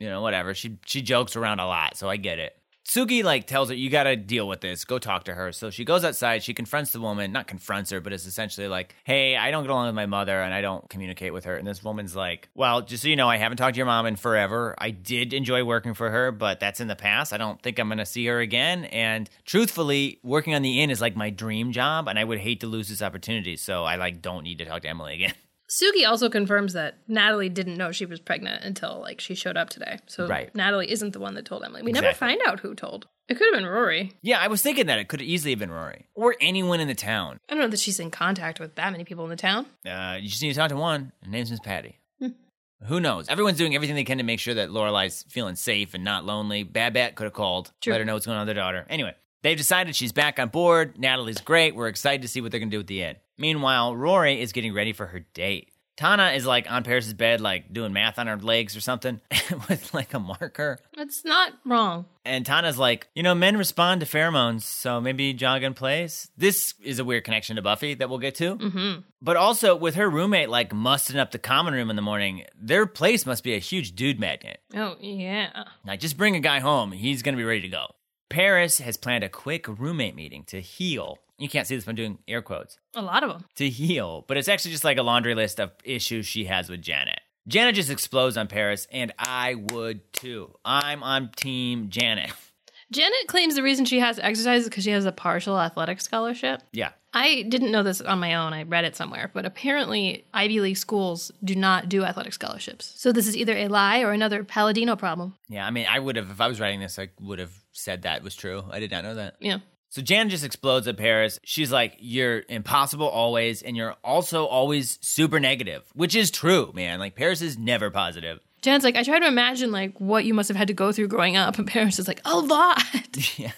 Speaker 2: know, whatever. She she jokes around a lot, so I get it. Suki like tells her, You gotta deal with this. Go talk to her. So she goes outside, she confronts the woman, not confronts her, but is essentially like, Hey, I don't get along with my mother and I don't communicate with her. And this woman's like, Well, just so you know, I haven't talked to your mom in forever. I did enjoy working for her, but that's in the past. I don't think I'm gonna see her again. And truthfully, working on the inn is like my dream job, and I would hate to lose this opportunity. So I like don't need to talk to Emily again.
Speaker 1: Suki also confirms that Natalie didn't know she was pregnant until like she showed up today. So
Speaker 2: Right.
Speaker 1: Natalie isn't the one that told Emily. We never
Speaker 2: Exactly.
Speaker 1: find out who told. It could have been Rory.
Speaker 2: Yeah, I was thinking that it could have easily been Rory or anyone in the town.
Speaker 1: I don't know that she's in contact with that many people in the town.
Speaker 2: Uh, you just need to talk to one. Her name's Miss Patty. Who knows? Everyone's doing everything they can to make sure that Lorelai's feeling safe and not lonely. Babette could have called,
Speaker 1: True.
Speaker 2: let her know what's going on with their daughter. Anyway, they've decided she's back on board. Natalie's great. We're excited to see what they're going to do at the end. Meanwhile, Rory is getting ready for her date. Tana is like on Paris's bed, like doing math on her legs or something with like a marker.
Speaker 1: That's not wrong.
Speaker 2: And Tana's like, you know, men respond to pheromones, so maybe Joggin plays. This is a weird connection to Buffy that we'll get to. Mm-hmm. But also with her roommate like musting up the common room in the morning, their place must be a huge dude magnet.
Speaker 1: Oh, yeah.
Speaker 2: Like, just bring a guy home, he's gonna be ready to go. Paris has planned a quick roommate meeting to heal. You can't see this, but I'm doing air quotes
Speaker 1: A lot of them.
Speaker 2: to heal, but it's actually just like a laundry list of issues she has with Janet. Janet just explodes on Paris, and I would too. I'm on team Janet.
Speaker 1: Janet claims the reason she has to exercise is because she has a partial athletic scholarship.
Speaker 2: yeah.
Speaker 1: I didn't know this on my own. I read it somewhere, but apparently Ivy League schools do not do athletic scholarships. So this is either a lie or another Palladino problem.
Speaker 2: Yeah, I mean, I would have, if I was writing this, I would have said that was true. I did not know that.
Speaker 1: Yeah.
Speaker 2: So Janet just explodes at Paris. She's like, You're impossible always, and you're also always super negative, which is true, man. Like, Paris is never positive.
Speaker 1: Janet's like, I try to imagine like what you must have had to go through growing up. And Paris is like, a lot.
Speaker 2: yeah.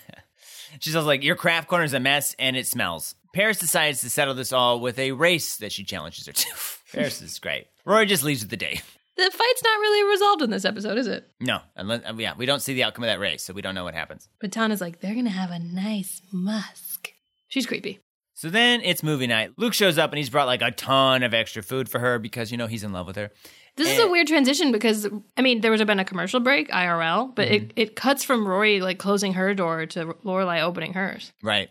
Speaker 2: She's also like, Your craft corner is a mess, and it smells. Paris decides to settle this all with a race that she challenges her to. Paris is great. Rory just leaves with the day.
Speaker 1: the fight's not really resolved in this episode, is it?
Speaker 2: No, unless, uh, yeah, we don't see the outcome of that race, so we don't know what happens.
Speaker 1: But Tana's like, they're gonna have a nice musk. She's creepy.
Speaker 2: So then it's movie night. Luke shows up and he's brought like a ton of extra food for her because, you know, he's in love with her.
Speaker 1: This is
Speaker 2: Eh.
Speaker 1: a weird transition because I mean there would have been a commercial break IRL, but it, it cuts from Rory like closing her door to Lorelai opening hers.
Speaker 2: Right.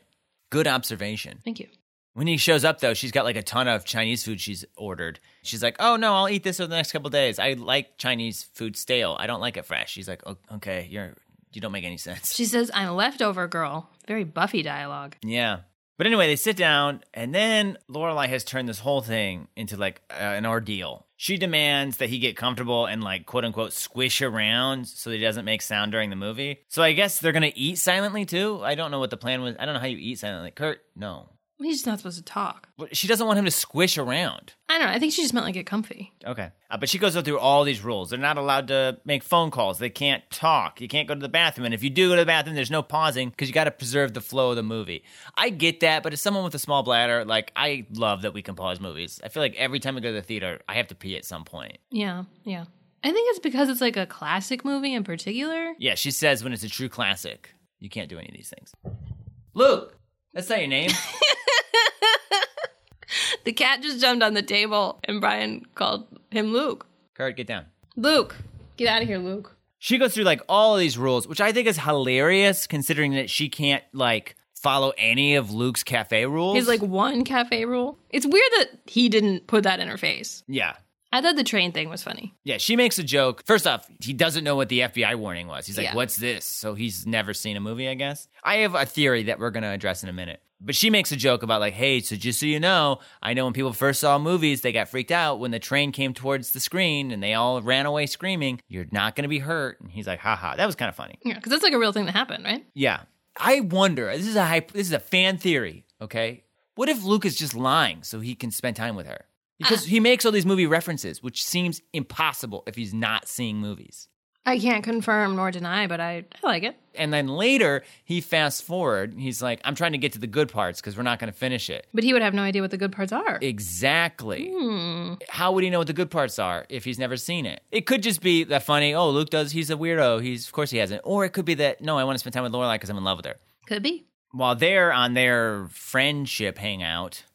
Speaker 2: Good observation.
Speaker 1: Thank you.
Speaker 2: When he shows up, though, she's got like a ton of Chinese food she's ordered. She's like, oh no, I'll eat this over the next couple of days. I like Chinese food stale. I don't like it fresh. He's like, oh, okay, you're, you don't make any sense.
Speaker 1: She says, "I'm a leftover girl." Very Buffy dialogue.
Speaker 2: Yeah. But anyway, they sit down, and then Lorelai has turned this whole thing into like uh, an ordeal. She demands that he get comfortable and like quote unquote squish around so that he doesn't make sound during the movie. So I guess they're gonna eat silently too. I don't know what the plan was. I don't know how you eat silently. Kurt, no.
Speaker 1: He's just not supposed to talk.
Speaker 2: But she doesn't want him to squish around.
Speaker 1: I don't know. I think she just meant like get comfy.
Speaker 2: Okay. Uh, but she goes through all these rules. They're not allowed to make phone calls. They can't talk. You can't go to the bathroom. And if you do go to the bathroom, there's no pausing because you got to preserve the flow of the movie. I get that, but as someone with a small bladder, like, I love that we can pause movies. I feel like every time I go to the theater, I have to pee at some point.
Speaker 1: Yeah, yeah. I think it's because it's like a classic movie in particular.
Speaker 2: Yeah, she says when it's a true classic, you can't do any of these things. Luke, that's not your name.
Speaker 1: The cat just jumped on the table, and Brian called him Luke.
Speaker 2: Kurt, get down.
Speaker 1: Luke, get out of here, Luke.
Speaker 2: She goes through like all of these rules, which I think is hilarious considering that she can't like follow any of Luke's cafe rules.
Speaker 1: He's like one cafe rule. It's weird that he didn't put that in her face.
Speaker 2: yeah.
Speaker 1: I thought the train thing was funny.
Speaker 2: Yeah, she makes a joke. First off, he doesn't know what the FBI warning was. He's like,
Speaker 1: Yeah.
Speaker 2: "What's this?" So he's never seen a movie, I guess. I have a theory that we're going to address in a minute. But she makes a joke about like, "Hey, so just so you know, I know when people first saw movies, they got freaked out when the train came towards the screen and they all ran away screaming, you're not going to be hurt." And he's like, "Haha, that was kind of funny."
Speaker 1: Yeah, because that's like a real thing that happened, right?
Speaker 2: Yeah. I wonder. This is a hype, this is a fan theory, okay? What if Luke is just lying so he can spend time with her? Because he makes all these movie references, which seems impossible if he's not seeing movies.
Speaker 1: I can't confirm nor deny, but I, I like it.
Speaker 2: And then later, he fast forward. He's like, I'm trying to get to the good parts because we're not going to finish it.
Speaker 1: But he would have no idea what the good parts are.
Speaker 2: Exactly.
Speaker 1: Hmm.
Speaker 2: How would he know what the good parts are if he's never seen it? It could just be that funny, oh, Luke does, he's a weirdo. He's, of course he hasn't. Or it could be that, no, I want to spend time with Lorelai because I'm in love with her.
Speaker 1: Could be.
Speaker 2: while they're on their friendship hangout,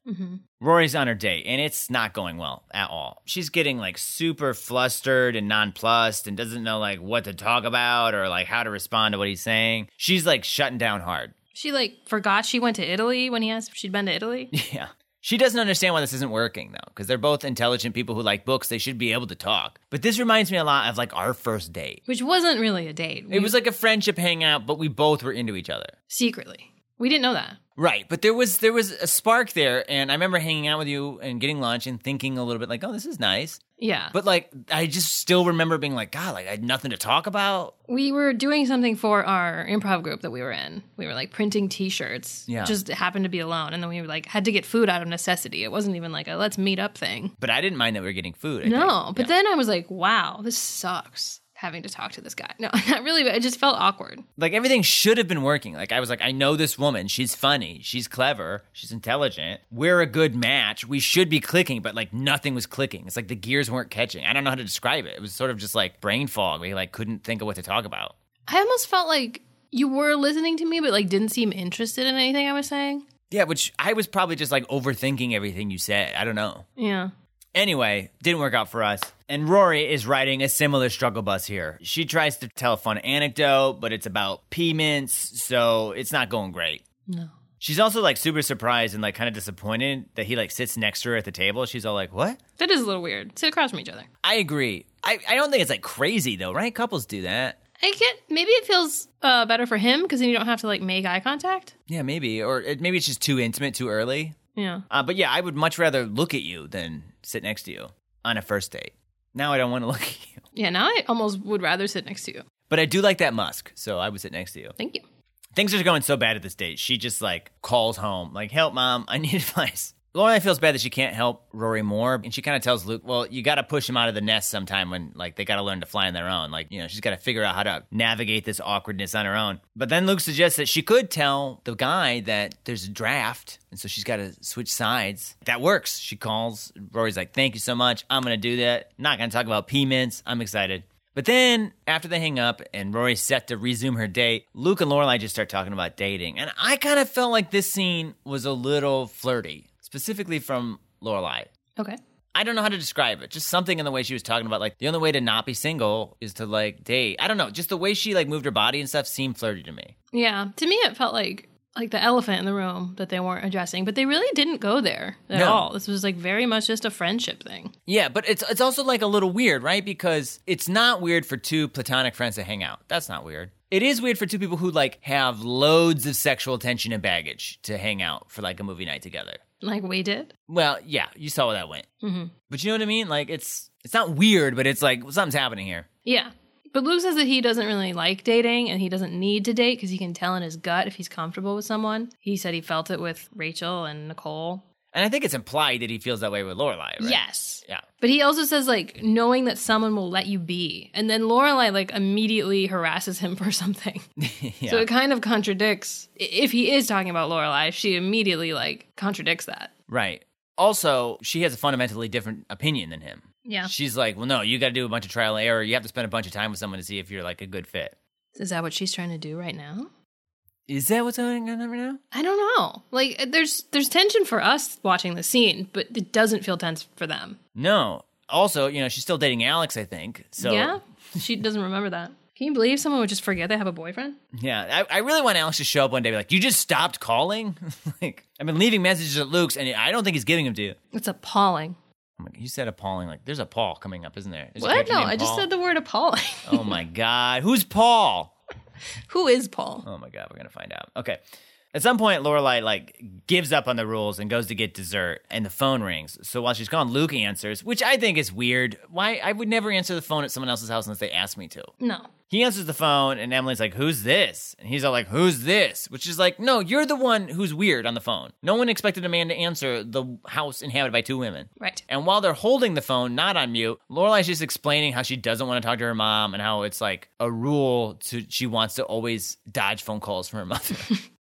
Speaker 2: Rory's on her date and it's not going well at all. She's getting like super flustered and nonplussed and doesn't know like what to talk about or like how to respond to what he's saying. She's like shutting down hard.
Speaker 1: She like forgot she went to Italy when he asked if she'd been to Italy.
Speaker 2: Yeah. She doesn't understand why this isn't working though, because they're both intelligent people who like books. They should be able to talk. But this reminds me a lot of like our first date.
Speaker 1: Which wasn't really a date.
Speaker 2: It was like a friendship hangout, but we both were into each other.
Speaker 1: secretly. We didn't know that.
Speaker 2: Right, but there was there was a spark there, and I remember hanging out with you and getting lunch and thinking a little bit like, oh, this is nice.
Speaker 1: Yeah.
Speaker 2: But like, I just still remember being like, God, like I had nothing to talk about.
Speaker 1: we were doing something for our improv group that we were in. We were like printing T-shirts.
Speaker 2: Yeah.
Speaker 1: Just happened to be alone, and then we were like had to get food out of necessity. It wasn't even like a let's meet up thing.
Speaker 2: But I didn't mind that we were getting food. I
Speaker 1: No,
Speaker 2: think.
Speaker 1: but
Speaker 2: Yeah.
Speaker 1: then I was like, wow, this sucks. Having to talk to this guy. No, not really. But it just felt awkward.
Speaker 2: like everything should have been working. Like I was like, I know this woman. She's funny. She's clever. She's intelligent. We're a good match. We should be clicking, but like nothing was clicking. It's like the gears weren't catching. I don't know how to describe it. It was sort of just like brain fog. We like couldn't think of what to talk about.
Speaker 1: I almost felt like you were listening to me, but like didn't seem interested in anything I was saying.
Speaker 2: Yeah, which I was probably just like overthinking everything you said. I don't know.
Speaker 1: Yeah.
Speaker 2: Anyway, didn't work out for us. And Rory is riding a similar struggle bus here. She tries to tell a fun anecdote, but it's about pea mints, so it's not going great.
Speaker 1: No.
Speaker 2: She's also like super surprised and like kind of disappointed that he like sits next to her at the table. She's all like, "What?"
Speaker 1: That is a little weird. Sit across from each other.
Speaker 2: I agree. I, I don't think it's like crazy though, right? Couples do that.
Speaker 1: I get maybe it feels uh, better for him because then you don't have to like make eye contact.
Speaker 2: Yeah, maybe. Or it, maybe it's just too intimate, too early.
Speaker 1: Yeah.
Speaker 2: Uh, but yeah, I would much rather look at you than sit next to you on a first date. Now I don't want to look at you.
Speaker 1: Yeah. Now I almost would rather sit next to you.
Speaker 2: But I do like that musk, so I would sit next to you.
Speaker 1: Thank you.
Speaker 2: Things are going so bad at this date. She just like calls home, like, help, mom, I need advice. Lorelai feels bad that she can't help Rory more, and she kind of tells Luke, well, you got to push him out of the nest sometime when, like, they got to learn to fly on their own. Like, you know, she's got to figure out how to navigate this awkwardness on her own. But then Luke suggests that she could tell the guy that there's a draft, and so she's got to switch sides. That works. She calls. Rory's like, thank you so much. I'm going to do that. Not going to talk about pea mints. I'm excited. But then after they hang up and Rory's set to resume her date, Luke and Lorelai just start talking about dating. And I kind of felt like this scene was a little flirty, specifically from Lorelai.
Speaker 1: Okay.
Speaker 2: I don't know how to describe it. Just something in the way she was talking about, like the only way to not be single is to like date. I don't know. Just the way she like moved her body and stuff seemed flirty to me.
Speaker 1: Yeah. To me, it felt like like the elephant in the room that they weren't addressing, but they really didn't go there at
Speaker 2: No.
Speaker 1: all. This was like very much just a friendship thing.
Speaker 2: Yeah, but it's it's also like a little weird, right? Because it's not weird for two platonic friends to hang out. That's not weird. It is weird for two people who like have loads of sexual tension and baggage to hang out for like a movie night together.
Speaker 1: Like we did.
Speaker 2: Well, yeah, you saw where that went. Mm-hmm. But you know what I mean? Like it's it's not weird, but it's like something's happening here.
Speaker 1: Yeah. But Luke says that he doesn't really like dating and he doesn't need to date because he can tell in his gut if he's comfortable with someone. He said he felt it with Rachel and Nicole.
Speaker 2: And I think it's implied that he feels that way with Lorelai, right?
Speaker 1: Yes.
Speaker 2: Yeah.
Speaker 1: But he also says like knowing that someone will let you be, and then Lorelai like immediately harasses him for something.
Speaker 2: yeah.
Speaker 1: So it kind of contradicts. i- If he is talking about Lorelai, she immediately like contradicts that.
Speaker 2: right. Also, she has a fundamentally different opinion than him.
Speaker 1: Yeah.
Speaker 2: She's like, well, no, you got to do a bunch of trial and error. You have to spend a bunch of time with someone to see if you're like a good fit.
Speaker 1: Is that what she's trying to do right now?
Speaker 2: Is that what's going on right now?
Speaker 1: I don't know. Like uh, there's there's tension for us watching the scene, but it doesn't feel tense for them.
Speaker 2: No. Also, you know, she's still dating Alex, I think. So
Speaker 1: Yeah. She doesn't remember that. Can you believe someone would just forget they have a boyfriend?
Speaker 2: Yeah, I, I really want Alex to show up one day and be like, you just stopped calling? like, I've been leaving messages at Luke's and I don't think he's giving them to you.
Speaker 1: It's appalling.
Speaker 2: I'm like, you said appalling. Like, there's a Paul coming up, isn't there? There's a
Speaker 1: What?
Speaker 2: character
Speaker 1: No,
Speaker 2: named
Speaker 1: I just
Speaker 2: Paul.
Speaker 1: said the word appalling.
Speaker 2: oh my God. Who's Paul?
Speaker 1: Who is Paul?
Speaker 2: Oh my God, we're going to find out. Okay. At some point, Lorelai like gives up on the rules and goes to get dessert, and the phone rings. So while she's gone, Luke answers, which I think is weird. Why I would never answer the phone at someone else's house unless they asked me to.
Speaker 1: No.
Speaker 2: He answers the phone, and Emily's like, "Who's this?" And he's all like, "Who's this?" Which is like, "No, you're the one who's weird on the phone." No one expected a man to answer the house inhabited by two women.
Speaker 1: Right.
Speaker 2: And while they're holding the phone, not on mute, Lorelai's just explaining how she doesn't want to talk to her mom and how it's like a rule to she wants to always dodge phone calls from her mother.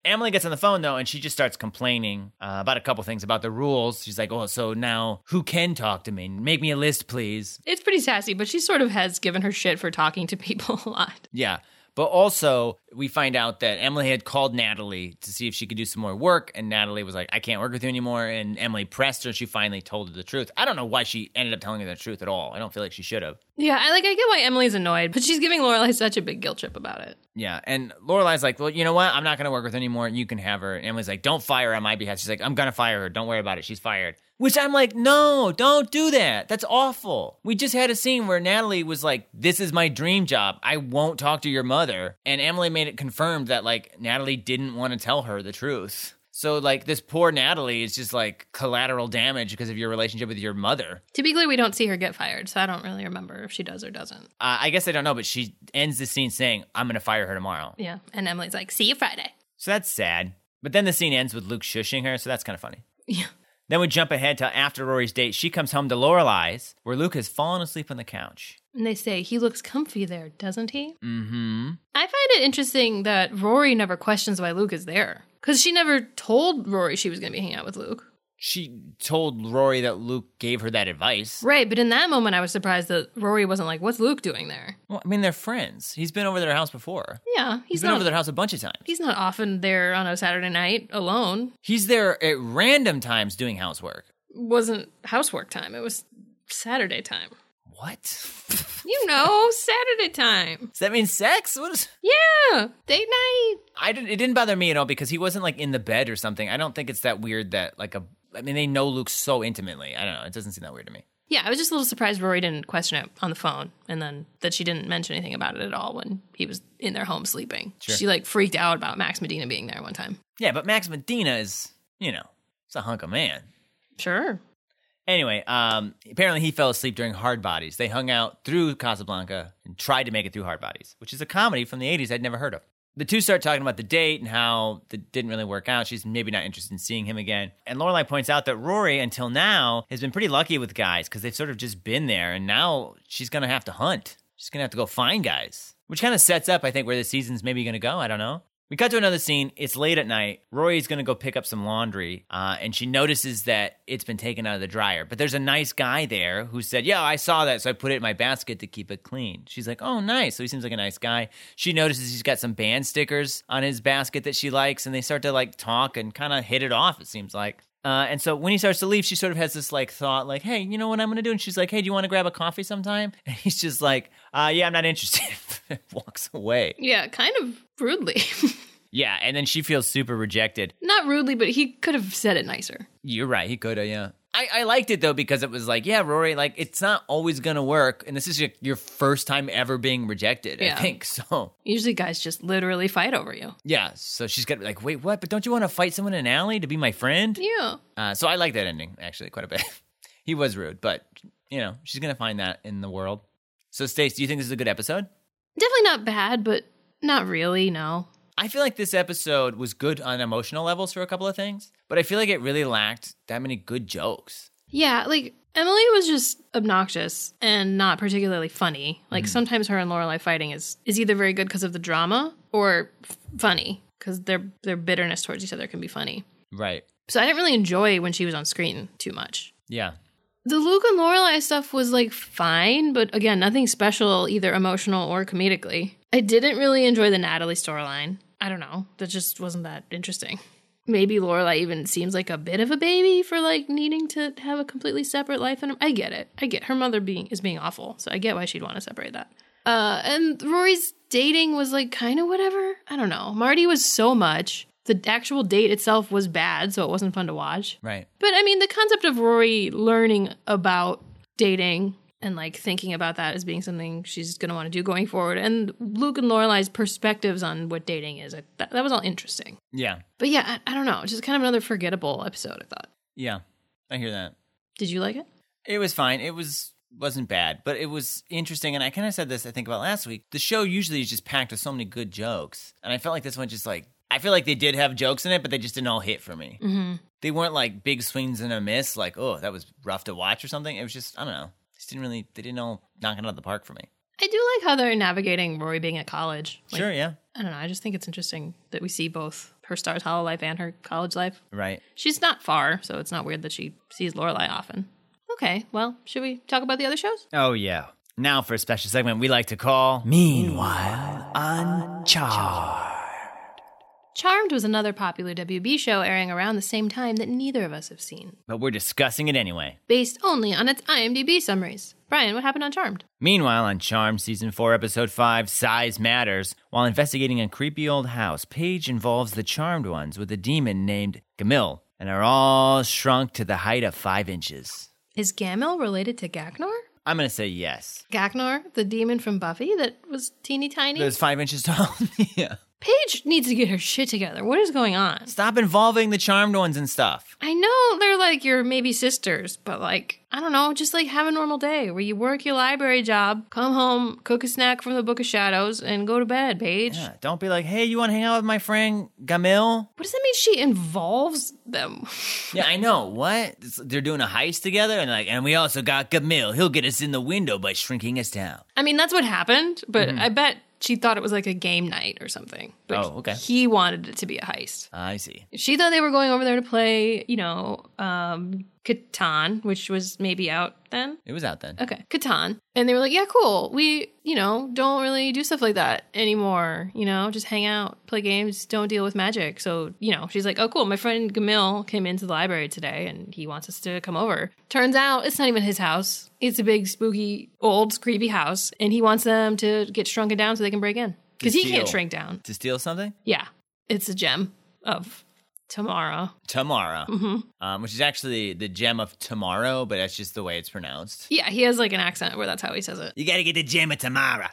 Speaker 2: Emily gets on the phone though, and she just starts complaining uh, about a couple things about the rules. She's like, "Oh, so now who can talk to me? Make me a list, please."
Speaker 1: It's pretty sassy, but she sort of has given her shit for talking to people a lot.
Speaker 2: Yeah. But also, we find out that Emily had called Natalie to see if she could do some more work. And Natalie was like, I can't work with you anymore. And Emily pressed her. She finally told her the truth. I don't know why she ended up telling her the truth at all. I don't feel like she should have.
Speaker 1: Yeah, I like I get why Emily's annoyed, but she's giving Lorelai such a big guilt trip about it.
Speaker 2: Yeah. And Lorelai's like, Well, you know what? I'm not going to work with her anymore. You can have her. And Emily's like, Don't fire her on my behalf. She's like, I'm going to fire her. Don't worry about it. She's fired. Which I'm like, No, don't do that. That's awful. We just had a scene where Natalie was like, This is my dream job. I won't talk to your mother. And Emily made it confirmed that, like, Natalie didn't want to tell her the truth. So like this poor Natalie is just like collateral damage because of your relationship with your mother.
Speaker 1: To be clear, we don't see her get fired, so I don't really remember if she does or doesn't.
Speaker 2: Uh, I guess I don't know, but she ends the scene saying, "I'm gonna fire her tomorrow."
Speaker 1: Yeah. And Emily's like, see you Friday.
Speaker 2: So that's sad. But then the scene ends with Luke shushing her, so that's kind of funny.
Speaker 1: Yeah.
Speaker 2: Then we jump ahead to after Rory's date. She comes home to Lorelai's, where Luke has fallen asleep on the couch.
Speaker 1: And they say, he looks comfy there, doesn't he?
Speaker 2: Mm-hmm.
Speaker 1: I find it interesting that Rory never questions why Luke is there. Because she never told Rory she was going to be hanging out with Luke.
Speaker 2: She told Rory that Luke gave her that advice.
Speaker 1: Right, but in that moment, I was surprised that Rory wasn't like, what's Luke doing there?
Speaker 2: Well, I mean, they're friends. He's been over to their house before.
Speaker 1: Yeah, he's,
Speaker 2: He's been
Speaker 1: not.
Speaker 2: over their house a bunch of times.
Speaker 1: He's not often there on a Saturday night alone.
Speaker 2: He's there at random times doing housework.
Speaker 1: Wasn't housework time. It was Saturday time.
Speaker 2: What?
Speaker 1: You know, Saturday time.
Speaker 2: Does that mean sex? What is?
Speaker 1: Yeah, date night.
Speaker 2: I didn't. It didn't bother me at all because he wasn't like in the bed or something. I don't think it's that weird that like a. I mean, they know Luke so intimately. I don't know. It doesn't seem that weird to me.
Speaker 1: Yeah, I was just a little surprised Rory didn't question it on the phone and then that she didn't mention anything about it at all when he was in their home sleeping.
Speaker 2: Sure.
Speaker 1: She like freaked out about Max Medina being there one time.
Speaker 2: Yeah, but Max Medina is, you know, it's a hunk of man.
Speaker 1: Sure.
Speaker 2: Anyway, um, apparently he fell asleep during Hard Bodies. They hung out through Casablanca and tried to make it through Hard Bodies, which is a comedy from the 80s I'd never heard of. The two start talking about the date and how it didn't really work out. She's maybe not interested in seeing him again. And Lorelai points out that Rory, until now, has been pretty lucky with guys because they've sort of just been there. And now she's going to have to hunt. She's going to have to go find guys, which kind of sets up, I think, where the season's maybe going to go. I don't know. We cut to another scene. It's late at night. Rory's going to go pick up some laundry, uh, and she notices that it's been taken out of the dryer. But there's a nice guy there who said, Yeah, I saw that, so I put it in my basket to keep it clean. She's like, Oh, nice. So he seems like a nice guy. She notices he's got some band stickers on his basket that she likes, and they start to like talk and kind of hit it off, it seems like. Uh, and so when he starts to leave, she sort of has this like thought, like, "Hey, you know what I'm gonna do?" And she's like, "Hey, do you want to grab a coffee sometime?" And he's just like, uh, "Yeah, I'm not interested." Walks away.
Speaker 1: Yeah, kind of rudely.
Speaker 2: Yeah, and then she feels super rejected.
Speaker 1: Not rudely, but he could have said it nicer.
Speaker 2: You're right. He could have, yeah. I, I liked it though because it was like, yeah, Rory, like it's not always gonna work, and this is your, your first time ever being rejected.
Speaker 1: Yeah.
Speaker 2: I think so.
Speaker 1: Usually guys just literally fight over you.
Speaker 2: Yeah. So she's got like, wait, what? But don't you want to fight someone in an alley to be my friend?
Speaker 1: Yeah.
Speaker 2: Uh, so I like that ending actually quite a bit. he was rude, but you know she's gonna find that in the world. So Stace, do you think this is a good episode?
Speaker 1: Definitely not bad, but not really, no.
Speaker 2: I feel like this episode was good on emotional levels for a couple of things, but I feel like it really lacked that many good jokes.
Speaker 1: Yeah, like Emily was just obnoxious and not particularly funny. Like sometimes her and Lorelai fighting is is either very good because of the drama or f- funny because their their bitterness towards each other can be funny.
Speaker 2: Right.
Speaker 1: So I didn't really enjoy when she was on screen too much.
Speaker 2: Yeah.
Speaker 1: The Luke and Lorelai stuff was like fine, but again, nothing special either emotional or comedically. I didn't really enjoy the Natalie storyline. I don't know. That just wasn't that interesting. Maybe Lorelai even seems like a bit of a baby for like needing to have a completely separate life. And I get it. I get her mother being is being awful, so I get why she'd want to separate that. Uh, and Rory's dating was like kind of whatever. I don't know. Marty was so much. The actual date itself was bad, so it wasn't fun to watch.
Speaker 2: Right.
Speaker 1: But I mean, the concept of Rory learning about dating and like thinking about that as being something she's going to want to do going forward, and Luke and Lorelai's perspectives on what dating is, I, that, that was all interesting.
Speaker 2: Yeah.
Speaker 1: But yeah, I, I don't know, just kind of another forgettable episode. I thought.
Speaker 2: Yeah, I hear that.
Speaker 1: Did you like it?
Speaker 2: It was fine. It was wasn't bad, but it was interesting. And I kind of said this I think about last week. The show usually is just packed with so many good jokes, and I felt like this one just like I feel like they did have jokes in it, but they just didn't all hit for me.
Speaker 1: Mhm.
Speaker 2: They weren't like big swings and a miss. Like oh, that was rough to watch or something. It was just I don't know. Just didn't really they didn't all knock it out of the park for me.
Speaker 1: I do like how they're navigating Rory being at college. Like,
Speaker 2: sure, yeah,
Speaker 1: I don't know. I just think it's interesting that we see both her Stars Hollow life and her college life.
Speaker 2: right.
Speaker 1: She's not far, so it's not weird that she sees Lorelai often. Okay, well, should we talk about the other shows?
Speaker 2: Oh yeah. Now for a special segment we like to call Meanwhile Uncharged.
Speaker 1: Charmed was another popular WB show airing around the same time that neither of us have seen,
Speaker 2: But we're discussing it anyway.
Speaker 1: based only on its IMDb summaries. Brian, what happened on Charmed?
Speaker 2: Meanwhile, on Charm Season 4, Episode 5, Size Matters, while investigating a creepy old house, Paige involves the Charmed Ones with a demon named Gamil and are all shrunk to the height of five inches.
Speaker 1: Is Gamel related to Gagnar?
Speaker 2: I'm going to say yes.
Speaker 1: Gagnar, the demon from Buffy that was teeny tiny?
Speaker 2: Those five inches tall? yeah.
Speaker 1: Paige needs to get her shit together. What is going on?
Speaker 2: Stop involving the charmed ones and stuff.
Speaker 1: I know they're like your maybe sisters, but like, I don't know, just like have a normal day where you work your library job, come home, cook a snack from the Book of Shadows, and go to bed, Paige.
Speaker 2: Yeah, don't be like, hey, you want to hang out with my friend Gamil?
Speaker 1: What does that mean? She involves them.
Speaker 2: Yeah, I know. What? It's- They're doing a heist together, and like, and we also got Gamil. He'll get us in the window by shrinking us down.
Speaker 1: I mean, that's what happened, but I bet she thought it was like a game night or something. But
Speaker 2: Mm-hmm. Oh, okay.
Speaker 1: He wanted it to be a heist.
Speaker 2: Ah, I see.
Speaker 1: She thought they were going over there to play, you know, um, Catan, which was maybe out then.
Speaker 2: It was out then.
Speaker 1: Okay, Catan. And they were like, yeah, cool. We, you know, don't really do stuff like that anymore. You know, just hang out, play games, don't deal with magic. So, you know, she's like, oh, cool. My friend Gamil came into the library today and he wants us to come over. Turns out it's not even his house. It's a big, spooky, old, creepy house. And he wants them to get shrunken down so they can break in. Because he
Speaker 2: Steal.
Speaker 1: can't shrink down.
Speaker 2: To steal something?
Speaker 1: Yeah, it's a gem of tomorrow.
Speaker 2: Tamara,
Speaker 1: Mm-hmm.
Speaker 2: um, which is actually the gem of tomorrow, but that's just the way it's pronounced.
Speaker 1: Yeah, he has like an accent where that's how he says it.
Speaker 2: You gotta get the gem of Tamara.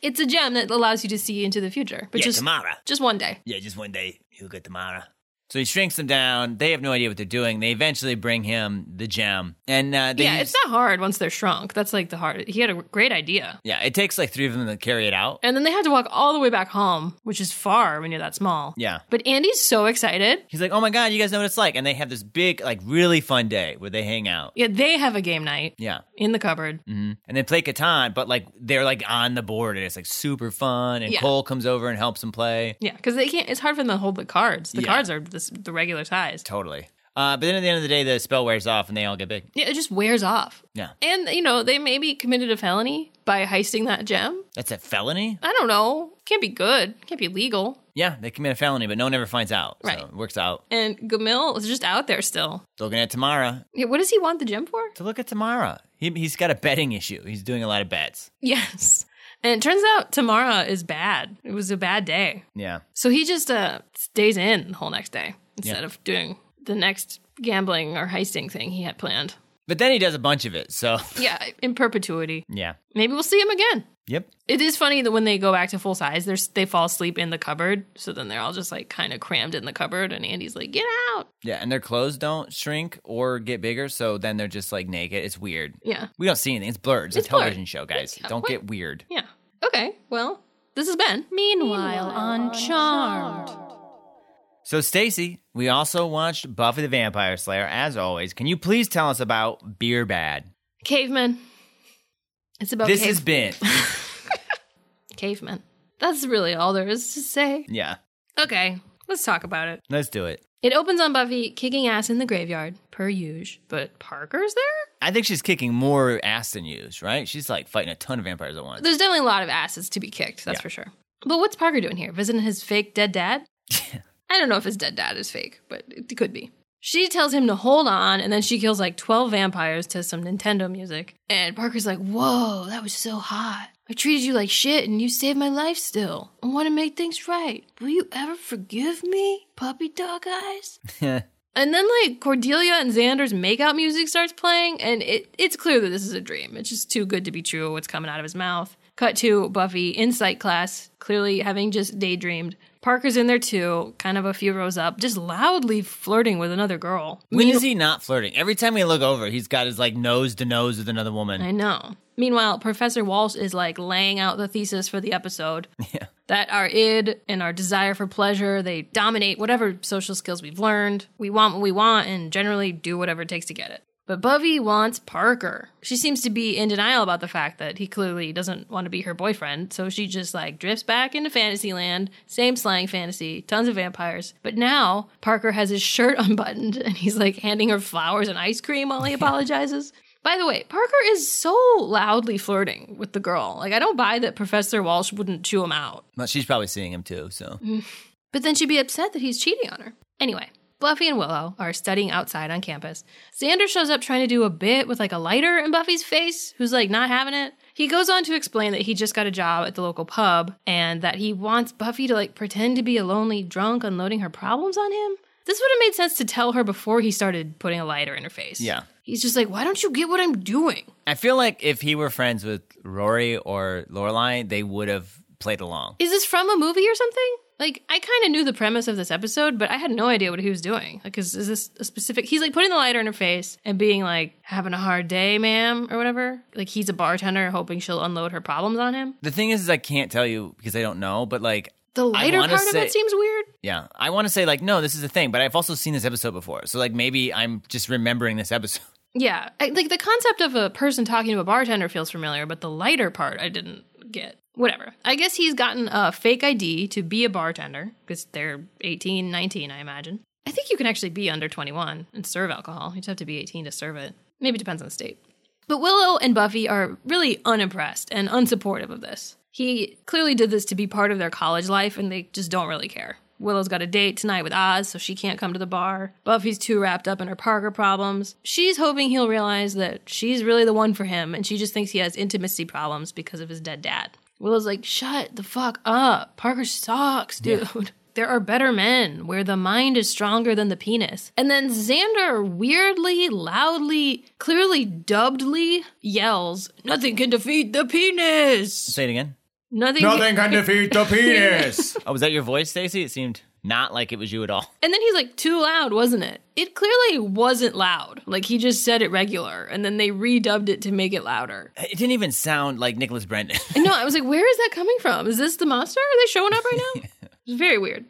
Speaker 1: It's a gem that allows you to see into the future, but
Speaker 2: yeah,
Speaker 1: just
Speaker 2: Tamara.
Speaker 1: just one day.
Speaker 2: Yeah, just one day he'll get Tamara. So he shrinks them down. They have no idea what they're doing. They eventually bring him the gem, and uh, they
Speaker 1: yeah,
Speaker 2: use-
Speaker 1: it's not hard once they're shrunk. That's like the hard. He had a great idea,
Speaker 2: yeah. It takes like three of them to carry it out.
Speaker 1: and then they have to walk all the way back home, which is far when you're that small.
Speaker 2: Yeah.
Speaker 1: but Andy's so excited.
Speaker 2: He's like, "Oh my god, you guys know what it's like," and they have this big, like, really fun day where they hang out.
Speaker 1: Yeah, they have a game night
Speaker 2: Yeah,
Speaker 1: in the cupboard.
Speaker 2: hmm and they play Catan, but like they're like on the board, and it's like super fun. And
Speaker 1: Yeah.
Speaker 2: Cole comes over and helps them play.
Speaker 1: Yeah, because they can't. It's hard for them to hold the cards. The
Speaker 2: Yeah.
Speaker 1: cards are this, the regular size.
Speaker 2: Totally. Uh, but then at the end of the day, the spell wears off, and they all get big.
Speaker 1: Yeah, it just wears off.
Speaker 2: Yeah,
Speaker 1: And you know they maybe committed a felony by heisting that gem.
Speaker 2: that's a felony.
Speaker 1: I don't know. Can't be good. Can't be legal.
Speaker 2: Yeah, they commit a felony, but no one ever finds out.
Speaker 1: Right.
Speaker 2: so it works out.
Speaker 1: And Gamil is just out there still.
Speaker 2: Looking at Tamara
Speaker 1: Yeah, what does he want the gem for?
Speaker 2: to look at Tamara. He he's got a betting issue. He's doing a lot of bets.
Speaker 1: Yes. And it turns out Tamara is bad. It was a bad day.
Speaker 2: Yeah,
Speaker 1: So he just uh, stays in the whole next day instead
Speaker 2: Yeah.
Speaker 1: of doing the next gambling or heisting thing he had planned.
Speaker 2: but then he does a bunch of it. So
Speaker 1: Yeah, in perpetuity.
Speaker 2: yeah,
Speaker 1: Maybe we'll see him again.
Speaker 2: yep.
Speaker 1: It is funny that when they go back to full size, they're, they fall asleep in the cupboard. So then they're all just like kind of crammed in the cupboard. And Andy's like, get out.
Speaker 2: Yeah, and their clothes don't shrink or get bigger, so then they're just like naked. It's weird.
Speaker 1: Yeah.
Speaker 2: We don't see anything. It's blurred. It's,
Speaker 1: It's
Speaker 2: a
Speaker 1: blurred.
Speaker 2: television show, guys.
Speaker 1: Yeah,
Speaker 2: don't
Speaker 1: what-
Speaker 2: get weird.
Speaker 1: Yeah. Okay. Well, this has been Meanwhile, on Charmed.
Speaker 2: So, Stacy, we also watched Buffy the Vampire Slayer, as always. Can you please tell us about Beer Bad?
Speaker 1: Cavemen. It's about
Speaker 2: This
Speaker 1: cave-
Speaker 2: has been.
Speaker 1: cavemen. That's really all there is to say.
Speaker 2: yeah,
Speaker 1: Okay, let's talk about it.
Speaker 2: let's do it.
Speaker 1: It opens on Buffy kicking ass in the graveyard, per usual. But Parker's there?
Speaker 2: I think she's kicking more ass than used, right? She's like fighting a ton of vampires at once.
Speaker 1: There's definitely a lot of asses to be kicked, that's
Speaker 2: Yeah.
Speaker 1: for sure. But what's Parker doing here? Visiting his fake dead dad? I don't know if his dead dad is fake, but it could be. She tells him to hold on, and then she kills like 12 vampires to some Nintendo music. And Parker's like, Whoa, that was so hot. I treated you like shit, and you saved my life still. I want to make things right. Will you ever forgive me, puppy dog eyes? And then like Cordelia and Xander's makeout music starts playing, and it, it's clear that this is a dream. It's just too good to be true what's coming out of his mouth. Cut to Buffy insight class, clearly having just daydreamed. Parker's in there too, kind of a few rows up, just loudly flirting with another girl.
Speaker 2: when is he not flirting? Every time we look over, he's got his like nose to nose with another woman.
Speaker 1: I know. Meanwhile, Professor Walsh is like laying out the thesis for the episode.
Speaker 2: Yeah.
Speaker 1: That our id and our desire for pleasure, they dominate whatever social skills we've learned. We want what we want and generally do whatever it takes to get it. But Buffy wants Parker. She seems to be in denial about the fact that he clearly doesn't want to be her boyfriend, so she just like drifts back into fantasy land, same slang fantasy, tons of vampires. But now Parker has his shirt unbuttoned and he's like handing her flowers and ice cream while he apologizes. By the way, Parker is so loudly flirting with the girl. Like, I don't buy that Professor Walsh wouldn't chew him out.
Speaker 2: Well, she's probably seeing him too, so.
Speaker 1: Mm-hmm. But then she'd be upset that he's cheating on her. Anyway, Buffy and Willow are studying outside on campus. Xander shows up trying to do a bit with like a lighter in Buffy's face, who's like not having it. He goes on to explain that he just got a job at the local pub and that he wants Buffy to like pretend to be a lonely drunk unloading her problems on him. This would have made sense to tell her before he started putting a lighter in her face.
Speaker 2: Yeah.
Speaker 1: He's just like, why don't you get what I'm doing?
Speaker 2: I feel like if he were friends with Rory or Lorelai, they would have played along.
Speaker 1: Is this from a movie or something? Like, I kind of knew the premise of this episode, but I had no idea what he was doing. Like, is, is this a specific? He's like putting the lighter in her face and being like, having a hard day, ma'am, or whatever. Like, he's a bartender hoping she'll unload her problems on him.
Speaker 2: The thing is, is I can't tell you because I don't know, but like
Speaker 1: The lighter
Speaker 2: wanna
Speaker 1: part of
Speaker 2: say-
Speaker 1: it seems weird.
Speaker 2: Yeah. I want to say, like, no, this is a thing, but I've also seen this episode before. So, like, maybe I'm just remembering this episode.
Speaker 1: Yeah. I, like, the concept of a person talking to a bartender feels familiar, but the lighter part I didn't get. Whatever. I guess he's gotten a fake ID to be a bartender because they're 18, 19, I imagine. I think you can actually be under 21 and serve alcohol. You just have to be 18 to serve it. Maybe it depends on the state. But Willow and Buffy are really unimpressed and unsupportive of this. He clearly did this to be part of their college life, and they just don't really care. Willow's got a date tonight with Oz, so she can't come to the bar. Buffy's too wrapped up in her Parker problems. She's hoping he'll realize that she's really the one for him, and she just thinks he has intimacy problems because of his dead dad. Willow's like, shut the fuck up. Parker sucks, dude. There are better men where the mind is stronger than the penis. And then Xander weirdly, loudly, clearly dubbedly yells, Nothing can defeat the penis.
Speaker 2: Say it again.
Speaker 1: Nothing,
Speaker 3: can defeat the penis.
Speaker 2: Oh, was that your voice, Stacey? It seemed not like it was you at all.
Speaker 1: And then he's like, Too loud, wasn't it? It clearly wasn't loud. Like he just said it regular and then they redubbed it to make it louder.
Speaker 2: It didn't even sound like Nicholas Brendan.
Speaker 1: And no, I was like, where is that coming from? Is this the monster? Are they showing up right now? It's very weird.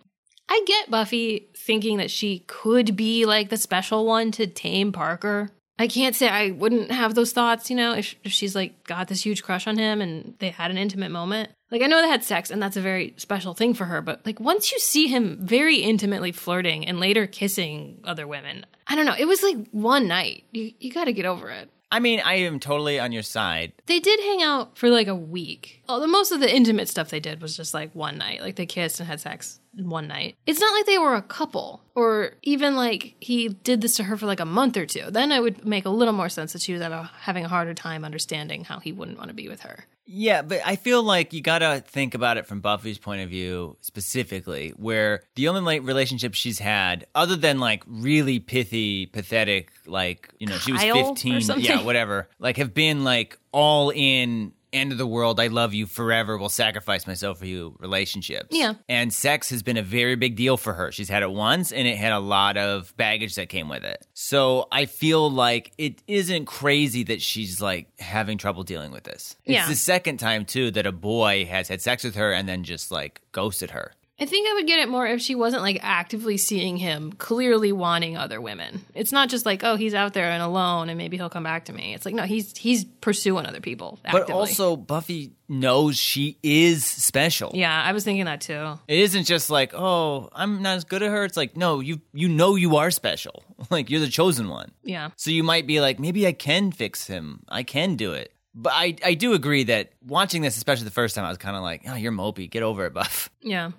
Speaker 1: I get Buffy thinking that she could be like the special one to tame Parker. I can't say I wouldn't have those thoughts, you know, if, if she's like got this huge crush on him and they had an intimate moment. Like, I know they had sex and that's a very special thing for her, but like once you see him very intimately flirting and later kissing other women, I don't know. It was like one night. You, you got to get over it
Speaker 2: I mean, I am totally on your side.
Speaker 1: they did hang out for like a week. Although most of the intimate stuff they did was just like one night, like they kissed and had sex one night. It's not like they were a couple or even like he did this to her for like a month or two. Then it would make a little more sense that she was at a, having a harder time understanding how he wouldn't want to be with her.
Speaker 2: Yeah, but I feel like you gotta think about it from Buffy's point of view specifically, where the only like relationship she's had, other than like really pithy, pathetic, like you know, she was
Speaker 1: Kyle or
Speaker 2: fifteen,
Speaker 1: something.
Speaker 2: yeah, whatever, like have been like all in end of the world, I love you forever, will sacrifice myself for you relationships.
Speaker 1: Yeah.
Speaker 2: And sex has been a very big deal for her. She's had it once and it had a lot of baggage that came with it. So I feel like it isn't crazy that she's like having trouble dealing with this. It's
Speaker 1: Yeah.
Speaker 2: the second time too that a boy has had sex with her and then just like ghosted her.
Speaker 1: I think I would get it more if she wasn't like actively seeing him clearly wanting other women. It's not just like, oh, he's out there and alone and maybe he'll come back to me. It's like, no, he's he's pursuing other people actively.
Speaker 2: But also Buffy knows she is special.
Speaker 1: yeah, I was thinking that too.
Speaker 2: It isn't just like, "Oh, I'm not as good at her." It's like, "No, you you know you are special. Like you're the chosen one."
Speaker 1: Yeah.
Speaker 2: So you might be like, maybe I can fix him. I can do it. But I, I do agree that watching this, especially the first time, I was kind of like, oh, you're mopey. Get over it, Buff.
Speaker 1: Yeah.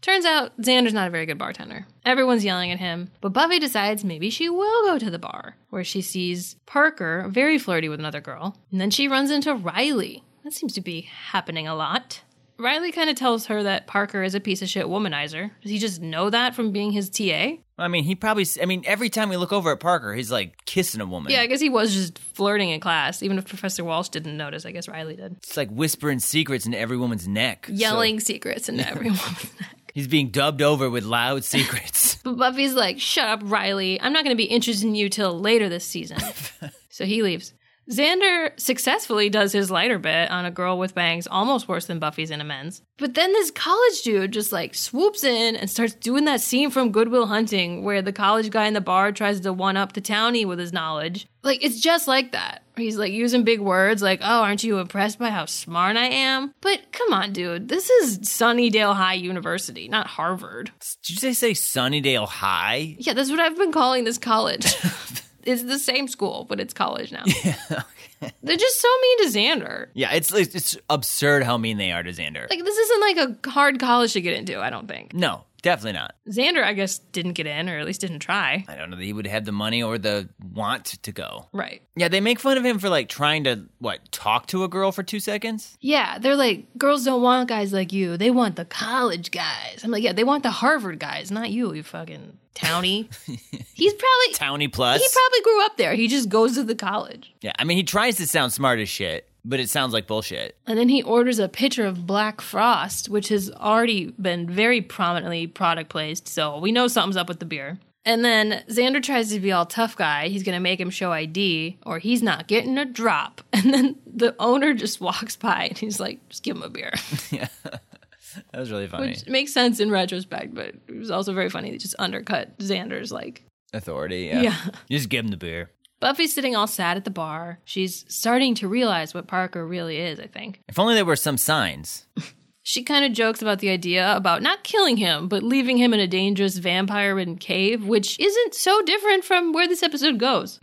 Speaker 1: Turns out Xander's not a very good bartender. Everyone's yelling at him, but Buffy decides maybe she will go to the bar, where she sees Parker very flirty with another girl, and then she runs into Riley. That seems to be happening a lot. Riley kind of tells her that Parker is a piece of shit womanizer. Does he just know that from being his TA?
Speaker 2: I mean, he probably, s- I mean, every time we look over at Parker, he's like kissing a woman.
Speaker 1: Yeah, I guess he was just flirting in class. Even if Professor Walsh didn't notice, I guess Riley did.
Speaker 2: It's like whispering secrets into every woman's neck. So
Speaker 1: Yelling secrets into everyone's neck.
Speaker 2: he's being dubbed over with loud secrets.
Speaker 1: But Buffy's like, shut up, Riley. I'm not going to be interested in you till later this season. so he leaves. Xander successfully does his lighter bit on a girl with bangs almost worse than Buffy's in amends. But then this college dude just like swoops in and starts doing that scene from Goodwill Hunting where the college guy in the bar tries to one up the townie with his knowledge. Like, it's just like that. He's like using big words like, oh, aren't you impressed by how smart I am? But come on, dude. This is Sunnydale High University, not Harvard.
Speaker 2: Did you say Sunnydale High?
Speaker 1: Yeah, that's what I've been calling this college. it's the same school, but it's college now. They're just so mean to Xander.
Speaker 2: Yeah, it's, it's it's absurd how mean they are to Xander.
Speaker 1: Like, this isn't like a hard college to get into, I don't think.
Speaker 2: no, definitely not.
Speaker 1: Xander, I guess, didn't get in, or at least didn't try.
Speaker 2: I don't know that he would have the money or the want to go.
Speaker 1: Right.
Speaker 2: Yeah, they make fun of him for like trying to what talk to a girl for two seconds.
Speaker 1: Yeah, they're like, girls don't want guys like you. They want the college guys. I'm like, yeah, they want the Harvard guys, not you, you fucking townie. He's probably,
Speaker 2: Townie plus.
Speaker 1: he probably grew up there. He just goes to the college.
Speaker 2: yeah, I mean he tries to sound smart as shit, but it sounds like bullshit.
Speaker 1: And then he orders a pitcher of Black Frost, which has already been very prominently product placed, so we know something's up with the beer. And then Xander tries to be all tough guy. He's going to make him show ID or he's not getting a drop. And then the owner just walks by and he's like, just give him a beer.
Speaker 2: That was really funny.
Speaker 1: Which makes sense in retrospect, but it was also very funny. They just undercut Xander's like
Speaker 2: Authority, yeah.
Speaker 1: Yeah.
Speaker 2: Just give him the beer.
Speaker 1: Buffy's sitting all sad at the bar. She's starting to realize what Parker really is, I think.
Speaker 2: If only there were some signs.
Speaker 1: She kind of jokes about the idea about not killing him, but leaving him in a dangerous vampire ridden cave, which isn't so different from where this episode goes.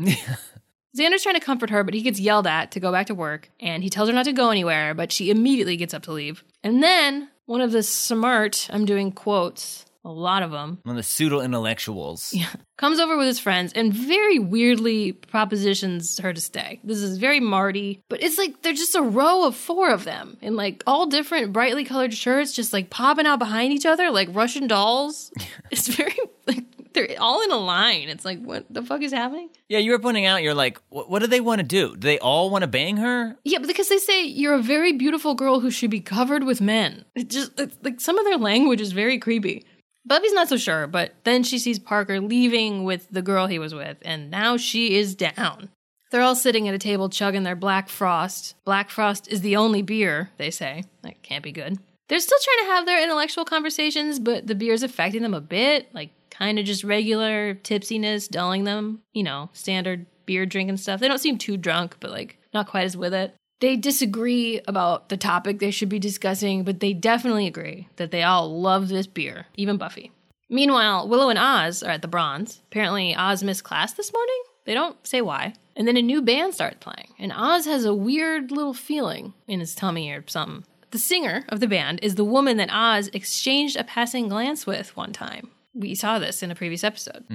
Speaker 1: Xander's trying to comfort her, but he gets yelled at to go back to work, and he tells her not to go anywhere, but she immediately gets up to leave. And then one of the smart, I'm doing quotes, a lot of them,
Speaker 2: One of the pseudo intellectuals. Yeah.
Speaker 1: comes over with his friends and very weirdly propositions her to stay. This is very Marty, but it's like they're just a row of four of them in like all different brightly colored shirts, just like popping out behind each other like Russian dolls. it's very like they're all in a line. It's like what the fuck is happening?
Speaker 2: you were pointing out, you're like, "Wh- what do they want to do? Do they all want to bang her?
Speaker 1: Yeah, but because they say you're a very beautiful girl who should be covered with men. It just it's, like some of their language is very creepy. Buffy's not so sure, but then she sees Parker leaving with the girl he was with, and now she is down. They're all sitting at a table chugging their Black Frost. Black Frost is the only beer, they say. That can't be good. They're still trying to have their intellectual conversations, but the beer's affecting them a bit, like kind of just regular tipsiness, dulling them, you know, standard beer drinking stuff. They don't seem too drunk, but like not quite as with it. They disagree about the topic they should be discussing, but they definitely agree that they all love this beer, even Buffy. Meanwhile, Willow and Oz are at the Bronze. Apparently, Oz missed class this morning. They don't say why. And then a new band starts playing, and Oz has a weird little feeling in his tummy or something. The singer of the band is the woman that Oz exchanged a passing glance with one time. We saw this in a previous episode.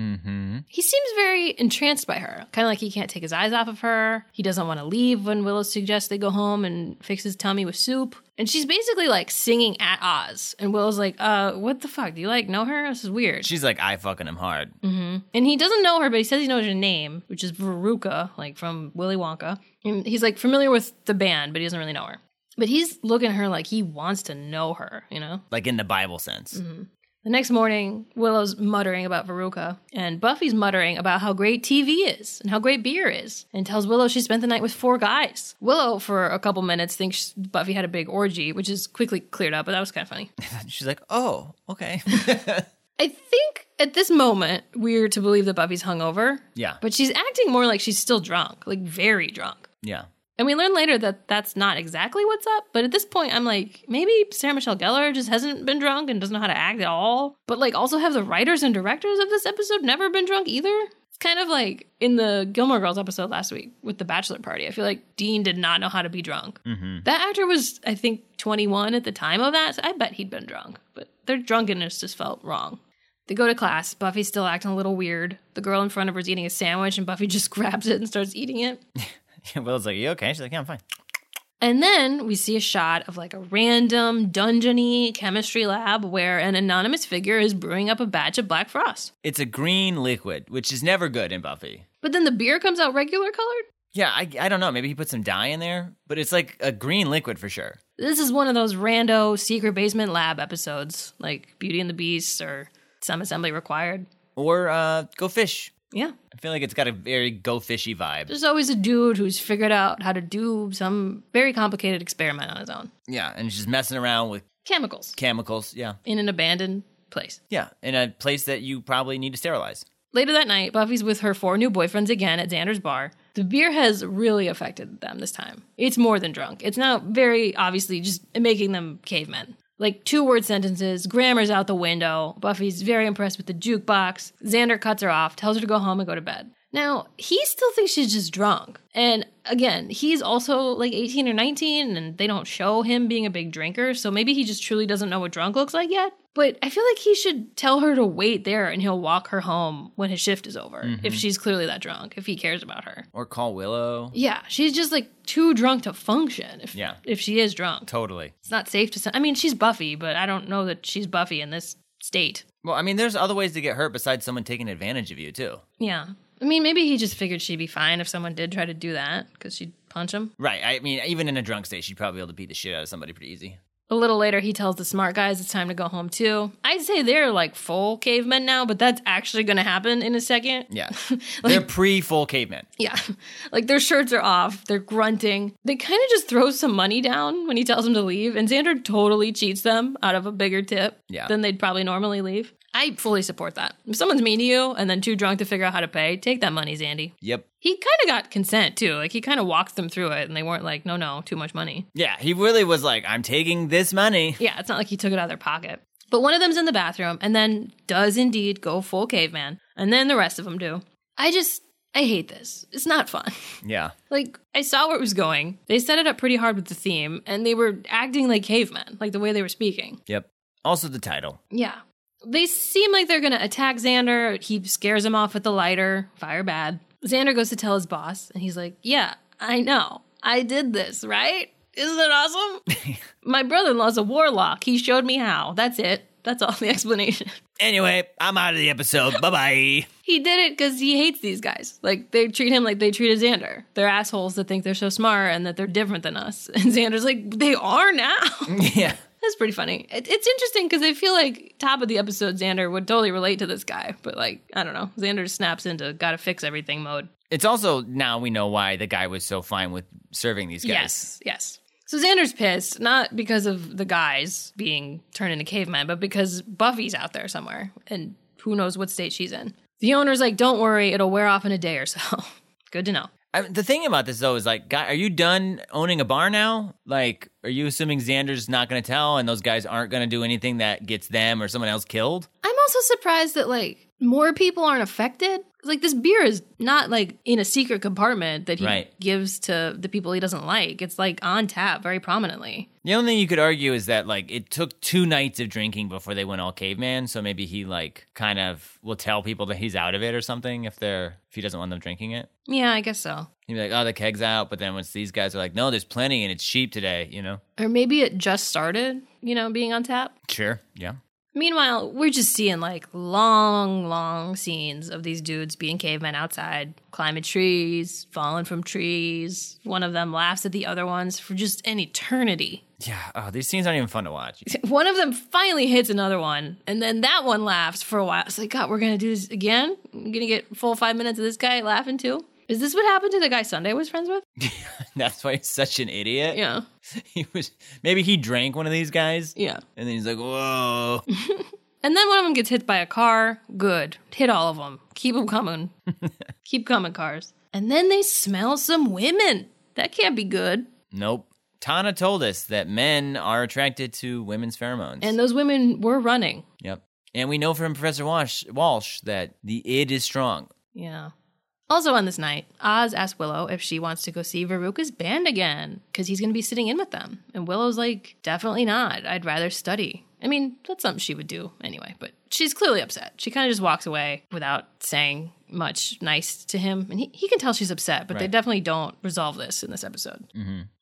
Speaker 1: He seems very entranced by her, kind of like he can't take his eyes off of her. He doesn't want to leave when Willow suggests they go home and fix his tummy with soup. And she's basically like singing at Oz. And Willow's like, uh, what the fuck? Do you like know her? This is weird.
Speaker 2: She's like, I fucking am hard.
Speaker 1: And he doesn't know her, but he says he knows her name, which is Veruca, like from Willy Wonka. And he's like familiar with the band, but he doesn't really know her. But he's looking at her like he wants to know her, you know?
Speaker 2: Like in the Bible sense.
Speaker 1: The next morning, Willow's muttering about Veruca, and Buffy's muttering about how great TV is and how great beer is, and tells Willow she spent the night with four guys. Willow, for a couple minutes, thinks Buffy had a big orgy, which is quickly cleared up, but that was kind of funny.
Speaker 2: She's like, oh, okay.
Speaker 1: I think at this moment we're to believe that Buffy's hungover.
Speaker 2: Yeah.
Speaker 1: But she's acting more like she's still drunk, like very drunk.
Speaker 2: yeah.
Speaker 1: And we learn later that that's not exactly what's up. But at this point, I'm like, maybe Sarah Michelle Gellar just hasn't been drunk and doesn't know how to act at all. But like, also have the writers and directors of this episode never been drunk either? It's kind of like in the Gilmore Girls episode last week with the bachelor party. I feel like Dean did not know how to be drunk. That actor was, I think, 21 at the time of that. So I bet he'd been drunk. But their drunkenness just felt wrong. They go to class. Buffy's still acting a little weird. The girl in front of her is eating a sandwich, and Buffy just grabs it and starts eating it.
Speaker 2: Willow's like, you okay? She's like, yeah, I'm fine.
Speaker 1: And then we see a shot of like a random dungeony chemistry lab where an anonymous figure is brewing up a batch of black frost.
Speaker 2: It's a green liquid, which is never good in Buffy.
Speaker 1: But then the beer comes out regular colored.
Speaker 2: Yeah, I, I don't know. Maybe he put some dye in there, but it's like a green liquid for sure.
Speaker 1: This is one of those rando secret basement lab episodes, like Beauty and the Beast or Some Assembly Required.
Speaker 2: Or uh, go fish.
Speaker 1: Yeah.
Speaker 2: I feel like it's got a very go fishy vibe.
Speaker 1: There's always a dude who's figured out how to do some very complicated experiment on his own.
Speaker 2: Yeah, and it's just messing around with
Speaker 1: Chemicals
Speaker 2: chemicals. Yeah,
Speaker 1: in an abandoned place.
Speaker 2: yeah, in a place that you probably need to sterilize.
Speaker 1: Later that night, Buffy's with her four new boyfriends again at Xander's bar. The beer has really affected them this time. It's more than drunk. It's now very obviously just making them cavemen. Like two word sentences, grammar's out the window. Buffy's very impressed with the jukebox. Xander cuts her off, tells her to go home and go to bed. Now, he still thinks she's just drunk. And again, he's also like 18 or 19, and they don't show him being a big drinker, so maybe he just truly doesn't know what drunk looks like yet. But I feel like he should tell her to wait there and he'll walk her home when his shift is over,
Speaker 2: Mm-hmm.
Speaker 1: if she's clearly that drunk, if he cares about her.
Speaker 2: Or call Willow.
Speaker 1: Yeah, she's just like too drunk to function if,
Speaker 2: Yeah.
Speaker 1: if she is drunk.
Speaker 2: Totally.
Speaker 1: It's not safe to send. I mean, she's Buffy, but I don't know that she's Buffy in this state.
Speaker 2: Well, I mean, there's other ways to get hurt besides someone taking advantage of you too.
Speaker 1: Yeah. I mean, maybe he just figured she'd be fine if someone did try to do that because she'd punch him.
Speaker 2: Right. I mean, even in a drunk state, she'd probably be able to beat the shit out of somebody pretty easy.
Speaker 1: A little later, he tells the smart guys it's time to go home too. I'd say they're like full cavemen now, but that's actually going to happen in a second.
Speaker 2: Yeah. They're
Speaker 1: like,
Speaker 2: pre full cavemen.
Speaker 1: yeah. Like their shirts are off, they're grunting. They kind of just throw some money down when he tells them to leave, and Xander totally cheats them out of a bigger tip
Speaker 2: Yeah.
Speaker 1: than they'd probably normally leave. I fully support that. If someone's mean to you and then too drunk to figure out how to pay, take that money, Zandy.
Speaker 2: Yep.
Speaker 1: He kind of got consent too. Like he kind of walked them through it, and they weren't like, no, no, too much money.
Speaker 2: Yeah. He really was like, I'm taking this money.
Speaker 1: Yeah, it's not like he took it out of their pocket. But one of them's in the bathroom and then does indeed go full caveman. And then the rest of them do. I just, I hate this. It's not fun.
Speaker 2: Yeah.
Speaker 1: like, I saw where it was going. They set it up pretty hard with the theme and they were acting like cavemen, like the way they were speaking.
Speaker 2: Yep. Also, the title.
Speaker 1: Yeah. They seem like they're going to attack Xander. He scares him off with the lighter. Fire bad. Xander goes to tell his boss, and he's like, Yeah, I know. I did this, right? Isn't it awesome? My brother in law's a warlock. He showed me how. That's it. That's all the explanation.
Speaker 2: Anyway, I'm out of the episode. bye bye.
Speaker 1: He did it because he hates these guys. Like, they treat him like they treated Xander. They're assholes that think they're so smart and that they're different than us. And Xander's like, They are now.
Speaker 2: yeah.
Speaker 1: That's pretty funny. It, it's interesting because I feel like top of the episode, Xander would totally relate to this guy, but like I don't know, Xander snaps into gotta fix everything mode.
Speaker 2: It's also now we know why the guy was so fine with serving these guys.
Speaker 1: Yes, yes. So Xander's pissed, not because of the guys being turned into cavemen, but because Buffy's out there somewhere, and who knows what state she's in. The owner's like, "Don't worry, it'll wear off in a day or so." Good to know.
Speaker 2: I, the thing about this though is like, guy, are you done owning a bar now? Like, are you assuming Xander's not going to tell and those guys aren't going to do anything that gets them or someone else killed?
Speaker 1: I'm also surprised that like more people aren't affected. Like this beer is not like in a secret compartment that he
Speaker 2: Right.
Speaker 1: gives to the people he doesn't like. It's like on tap very prominently.
Speaker 2: The only thing you could argue is that like it took two nights of drinking before they went all caveman, so maybe he like kind of will tell people that he's out of it or something if they're if he doesn't want them drinking it.
Speaker 1: Yeah, I guess so.
Speaker 2: He'd be like, "Oh, the keg's out," but then once these guys are like, "No, there's plenty and it's cheap today," you know?
Speaker 1: Or maybe it just started, you know, being on tap.
Speaker 2: Sure, yeah.
Speaker 1: Meanwhile, we're just seeing like long, long scenes of these dudes being cavemen outside, climbing trees, falling from trees. One of them laughs at the other ones for just an eternity.
Speaker 2: Yeah, oh, these scenes aren't even fun to watch.
Speaker 1: one of them finally hits another one, and then that one laughs for a while. It's like, God, we're gonna do this again? I'm gonna get full five minutes of this guy laughing too? Is this what happened to the guy Sunday was friends with?
Speaker 2: That's why he's such an idiot.
Speaker 1: Yeah.
Speaker 2: He was maybe he drank one of these guys
Speaker 1: Yeah.
Speaker 2: and then he's like, "Whoa."
Speaker 1: And then one of them gets hit by a car. Good. Hit all of them. Keep them coming. Keep coming, cars. And then they smell some women. That can't be good.
Speaker 2: nope. Tana told us that men are attracted to women's pheromones.
Speaker 1: And those women were running.
Speaker 2: Yep. And we know from Professor Walsh, Walsh that the id is strong.
Speaker 1: Yeah. Also on this night, Oz asks Willow if she wants to go see Veruca's band again because he's going to be sitting in with them. And Willow's like, definitely not. I'd rather study. I mean, that's something she would do anyway, but she's clearly upset. She kind of just walks away without saying much nice to him. And he, he can tell she's upset, but they
Speaker 2: Right.
Speaker 1: definitely don't resolve this in this episode.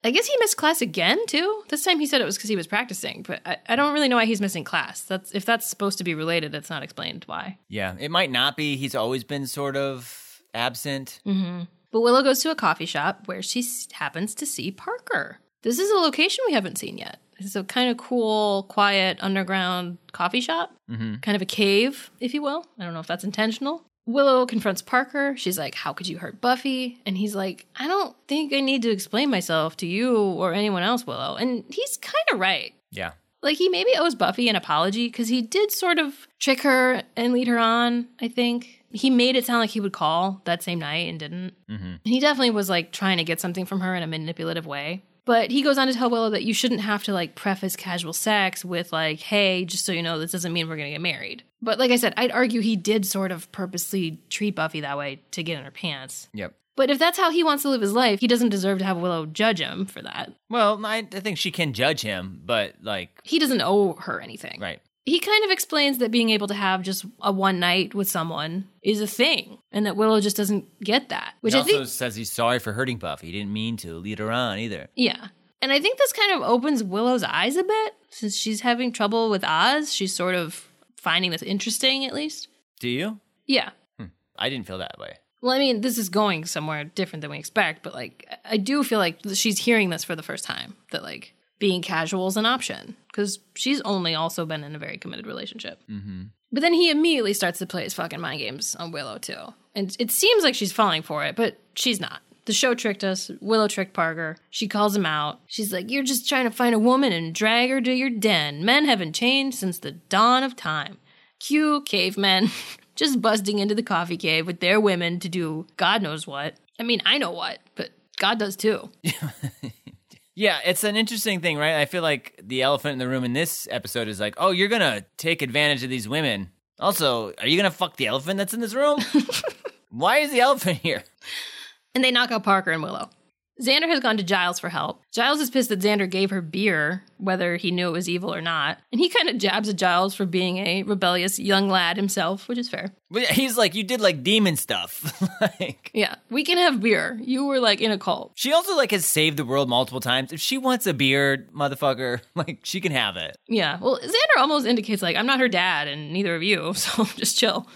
Speaker 1: I guess he missed class again too. This time he said it was because he was practicing, but I, I don't really know why he's missing class. That's if that's supposed to be related, that's not explained why.
Speaker 2: Yeah. It might not be. He's always been sort of absent.
Speaker 1: Mm-hmm. But Willow goes to a coffee shop where she s- happens to see Parker. This is a location we haven't seen yet. It's a kind of cool, quiet, underground coffee shop, kind of a cave, if you will. I don't know if that's intentional. Willow confronts Parker. She's like, How could you hurt Buffy? And he's like, I don't think I need to explain myself to you or anyone else, Willow. And he's kind of right.
Speaker 2: Yeah.
Speaker 1: Like, he maybe owes Buffy an apology because he did sort of trick her and lead her on, I think. He made it sound like he would call that same night and didn't. And he definitely was like trying to get something from her in a manipulative way. But he goes on to tell Willow that you shouldn't have to like preface casual sex with like, hey, just so you know, this doesn't mean we're going to get married. But like I said, I'd argue he did sort of purposely treat Buffy that way to get in her pants.
Speaker 2: Yep.
Speaker 1: But if that's how he wants to live his life, he doesn't deserve to have Willow judge him for that.
Speaker 2: Well, I, I think she can judge him, but like,
Speaker 1: He doesn't owe her anything.
Speaker 2: right.
Speaker 1: He kind of explains that being able to have just a one night with someone is a thing and that Willow just doesn't get that, which
Speaker 2: he
Speaker 1: I
Speaker 2: also
Speaker 1: think
Speaker 2: says he's sorry for hurting Buffy. He didn't mean to lead her on either.
Speaker 1: Yeah. And I think this kind of opens Willow's eyes a bit since she's having trouble with Oz. She's sort of finding this interesting, at least.
Speaker 2: Do you?
Speaker 1: Yeah.
Speaker 2: I didn't feel that way.
Speaker 1: Well, I mean, this is going somewhere different than we expect, but like, I- I do feel like she's hearing this for the first time that like being casual is an option because she's only also been in a very committed relationship. Mm-hmm. But then he immediately starts to play his fucking mind games on Willow too, and it seems like she's falling for it, but she's not. The show tricked us. Willow tricked Parker. She calls him out. She's like, "You're just trying to find a woman and drag her to your den. Men haven't changed since the dawn of time." Cue cavemen just busting into the coffee cave with their women to do God knows what. I mean, I know what, but God does too.
Speaker 2: Yeah, it's an interesting thing, right? I feel like the elephant in the room in this episode is like, oh, you're gonna take advantage of these women. Also, are you gonna fuck the elephant that's in this room? Why is the elephant here?
Speaker 1: And they knock out Parker and Willow. Xander has gone to Giles for help. Giles is pissed that Xander gave her beer, whether he knew it was evil or not. And he kind of jabs at Giles for being a rebellious young lad himself, which is fair.
Speaker 2: But He's like, you did like demon stuff. like,
Speaker 1: Yeah, we can have beer. You were like in a cult.
Speaker 2: she also like has saved the world multiple times. If she wants a beard, motherfucker, like she can have it.
Speaker 1: Yeah. Well, Xander almost indicates, like, I'm not her dad and neither of you, so just chill.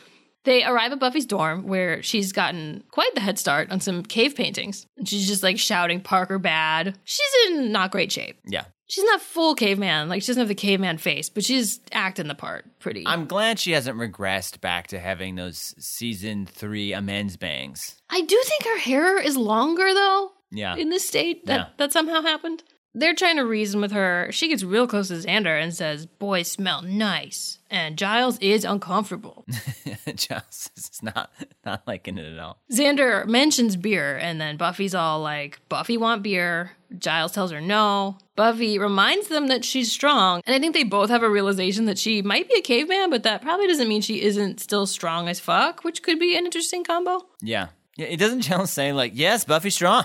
Speaker 1: They arrive at Buffy's dorm where she's gotten quite the head start on some cave paintings. And she's just like shouting Parker bad. She's in not great shape.
Speaker 2: Yeah.
Speaker 1: She's not full caveman. Like, she doesn't have the caveman face, but she's acting the part pretty.
Speaker 2: I'm glad she hasn't regressed back to having those season three amends bangs.
Speaker 1: I do think her hair is longer, though.
Speaker 2: Yeah.
Speaker 1: in this state that
Speaker 2: Yeah.
Speaker 1: that somehow happened. They're trying to reason with her. She gets real close to Xander and says, "Boys smell nice," and Giles is uncomfortable.
Speaker 2: Just it's not not liking it at all.
Speaker 1: Xander mentions beer, and then Buffy's all like, Buffy want beer. Giles tells her no. Buffy reminds them that she's strong, and I think they both have a realization that she might be a caveman, but that probably doesn't mean she isn't still strong as fuck, which could be an interesting combo.
Speaker 2: Yeah. Yeah, it doesn't Giles say like, yes, Buffy strong.